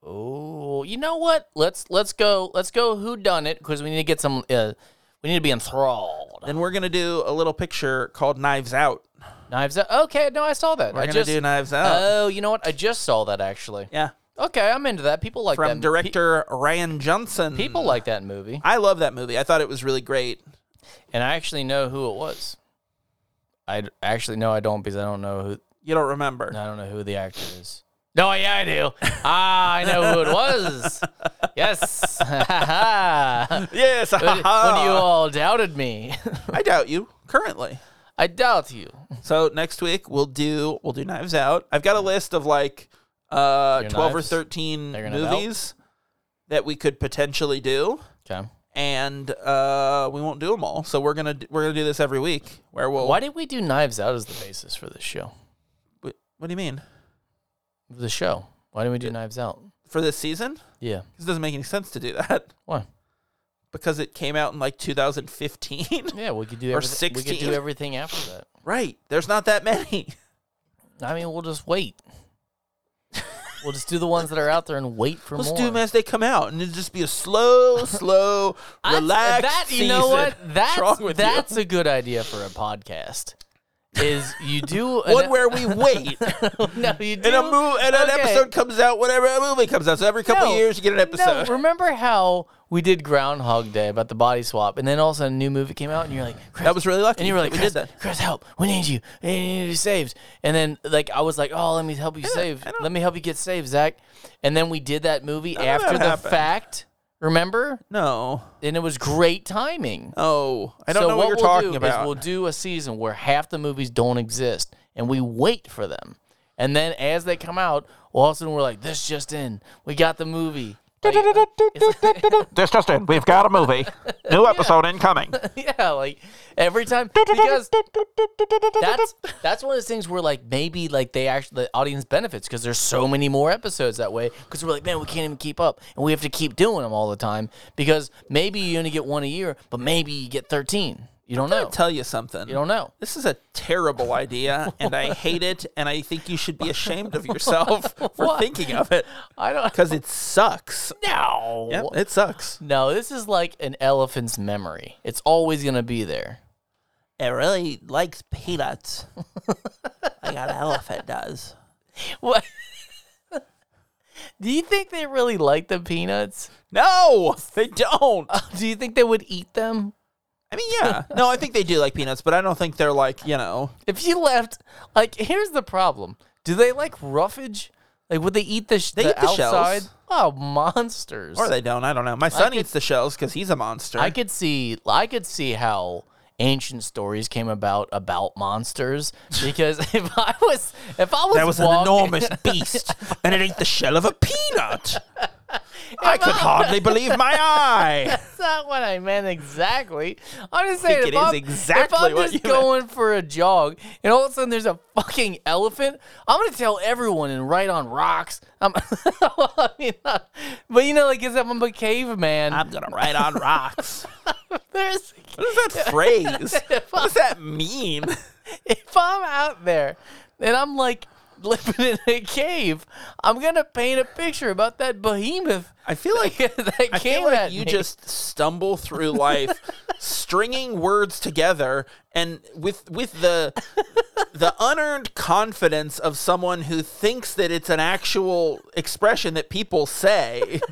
B: Oh, you know what? Let's let's go. Let's go. Who done it? Because we need to get some. Uh, we need to be enthralled.
A: Then we're gonna do a little picture called Knives Out.
B: Knives Out. Okay, no, I saw that.
A: We're
B: I
A: gonna
B: just.
A: do Knives Out.
B: oh, you know what? I just saw that actually.
A: yeah,
B: Okay, I'm into that. People like that.
A: from
B: Pe-
A: director Ryan Johnson.
B: people like that movie.
A: I love that movie. I thought it was really great.
B: And I actually know who it was. I d- actually no, I don't because I don't know who
A: You don't remember?
B: I don't know who the actor is. No, yeah, I do. Ah, I know who it was. Yes. when
A: Yes.
B: when you all doubted me,
A: I doubt you currently.
B: I doubt you.
A: So next week we'll do we'll do Knives Out. I've got a list of like uh,
B: Your
A: twelve
B: knives?
A: or thirteen
B: They're gonna
A: movies that we could potentially do,
B: Okay.
A: and uh, we won't do them all. So we're gonna d- we're gonna do this every week. Where we'll
B: Why did we do Knives Out as the basis for this show?
A: What do you mean
B: The show. Why did we do Knives Out?
A: for this season?
B: Yeah.
A: 'Cause it doesn't make any sense to do that
B: Why?
A: because it came out in like 2015.
B: Yeah, we could do
A: Or
B: everything. We could
A: 16.
B: do everything after that.
A: right. There's not that many.
B: I mean, we'll just wait. we'll just do the ones that are out there and wait for
A: Let's
B: more.
A: do them as they come out, and it'll just be a slow, slow,
B: That's-
A: relaxed
B: That you
A: season.
B: know what?
A: What's wrong
B: That's
A: with
B: that's a good idea for a podcast. Is you do
A: you?
B: an-
A: one where we wait,
B: no you do
A: and a move, and an
B: okay.
A: episode comes out whenever a movie comes out. So every couple
B: No,
A: years, you get an episode.
B: No, remember how we did Groundhog Day about the body swap, and then all of a sudden a new movie came out, and you're like, Chris,
A: that was really lucky.
B: and you were like,
A: we
B: Chris,
A: did that.
B: Chris, help! We need you. We need you to save. And then like I was like, oh, let me help you save.
A: I know.
B: Let me help you get saved, Zach. And then we did that movie
A: of that
B: after the
A: happened.
B: fact. Remember?
A: No,
B: And it was great timing.
A: oh, I don't
B: so
A: know
B: what
A: what, you're
B: we'll
A: talking
B: do
A: about.
B: Is we'll do a season where half the movies don't exist, and we wait for them, and then as they come out, all of a sudden we're like, "This just in, we got the movie." Like,
A: This just in, we've got a movie, new episode incoming.
B: yeah, like every time because that's that's one of those things where like maybe like they actually the audience benefits because there's so many more episodes that way because we're like man we can't even keep up and we have to keep doing them all the time because maybe you only get one a year but maybe you get thirteen you don't know
A: Tell you something.
B: you don't know
A: This is a terrible idea, and I hate it, and I think you should be ashamed of yourself for
B: What?
A: thinking of it
B: I don't
A: because it sucks.
B: No.
A: Yeah, it sucks.
B: No, this is like an elephant's memory. It's always going to be there.
C: It really likes peanuts. like an elephant does.
B: What? Do you think they really like the peanuts?
A: No, they don't.
B: Do you think they would eat them?
A: I mean, yeah. No, I think they do like peanuts, but I don't think they're like, you know.
B: If you left, like, here's the problem. Do they like roughage? Like, would they eat the, sh-
A: They
B: the
A: eat the shells.
B: outside? Oh, monsters.
A: Or they don't. I don't know. My son
B: could-
A: eats the shells because he's a monster.
B: I could see I could see how ancient stories came about about monsters because if I was if I was
A: that was an
B: walking-
A: enormous beast, and it ate the shell of a peanut. I could hardly believe my eye.
B: That's not what I meant exactly. I'm just saying,
A: think
B: if
A: it is
B: I'm,
A: exactly
B: if I'm
A: what
B: just
A: you meant.
B: going for a jog and all of a sudden there's a fucking elephant, I'm gonna tell everyone and write on rocks. I'm, I mean, uh, but you know, like, is I'm a caveman.
A: I'm gonna ride on rocks.
B: there's,
A: What is that phrase? What does that mean?
B: if I'm out there and I'm like living in a cave, I'm gonna paint a picture about that behemoth
A: I feel like
B: that
A: I
B: came
A: feel like
B: at
A: you
B: me.
A: just stumble through life, stringing words together, and with with the the unearned confidence of someone who thinks that it's an actual expression that people say.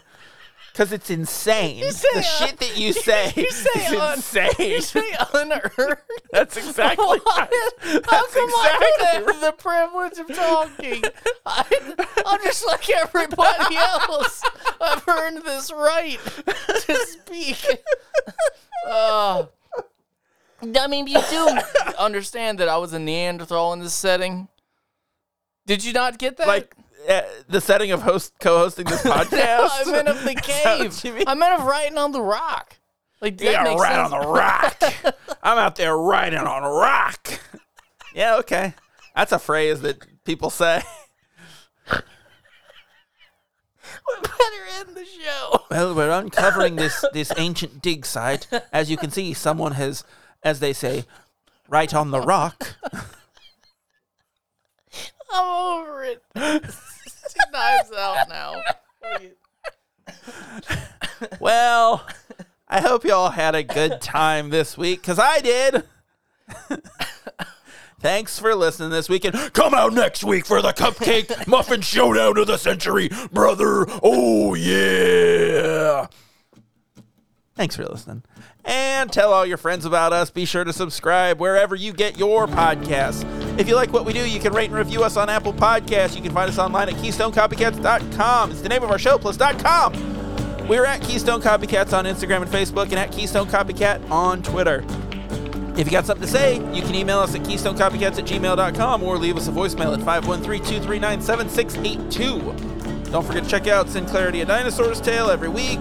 A: Because it's insane.
B: say
A: the
B: un-
A: shit that you say,
B: you say
A: is
B: un-
A: insane.
B: You say unearned.
A: That's exactly
B: What?
A: right.
B: How
A: That's
B: come I
A: exactly
B: don't have the privilege of talking? I, I'm just like everybody else. I've earned this right to speak. Uh, I mean, you do understand that I was a Neanderthal in this setting. Did you not get that?
A: like uh, the setting of host co-hosting this podcast.
B: I meant of the
A: Is that
B: cave.
A: what you mean?
B: I meant of writing on the rock. Like that
A: Yeah,
B: makes
A: right
B: sense.
A: on the rock. I'm out there riding on a rock. Yeah, okay. That's a phrase that people say.
B: We better end the show.
A: Well, we're uncovering this this ancient dig site. As you can see, someone has, as they say, right on the rock.
B: I'm over it. Two knives out now.
A: Well, I hope y'all had a good time this week, because I did. Thanks for listening this weekend. Come out next week for the Cupcake Muffin Showdown of the Century, brother. Oh, yeah. Thanks for listening. And tell all your friends about us. Be sure to subscribe wherever you get your podcasts. If you like what we do, you can rate and review us on Apple Podcasts. You can find us online at KeystoneCopycats.com. It's the name of our show, plus .com. We're at Keystone Copycats on Instagram and Facebook and at Keystone Copycat on Twitter. If you got something to say, you can email us at keystonecopycats at gmail.com or leave us a voicemail at 513-239-7682. Don't forget to check out Sinclarity, A Dinosaur's Tale every week.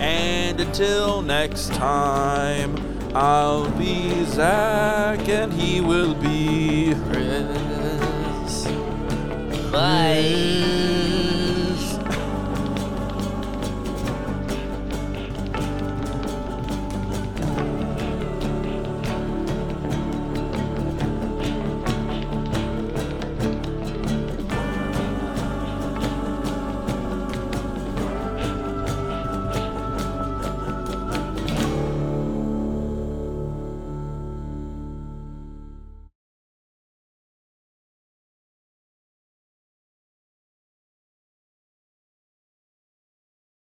A: And until next time, I'll be Zach and he will be...
B: Bye.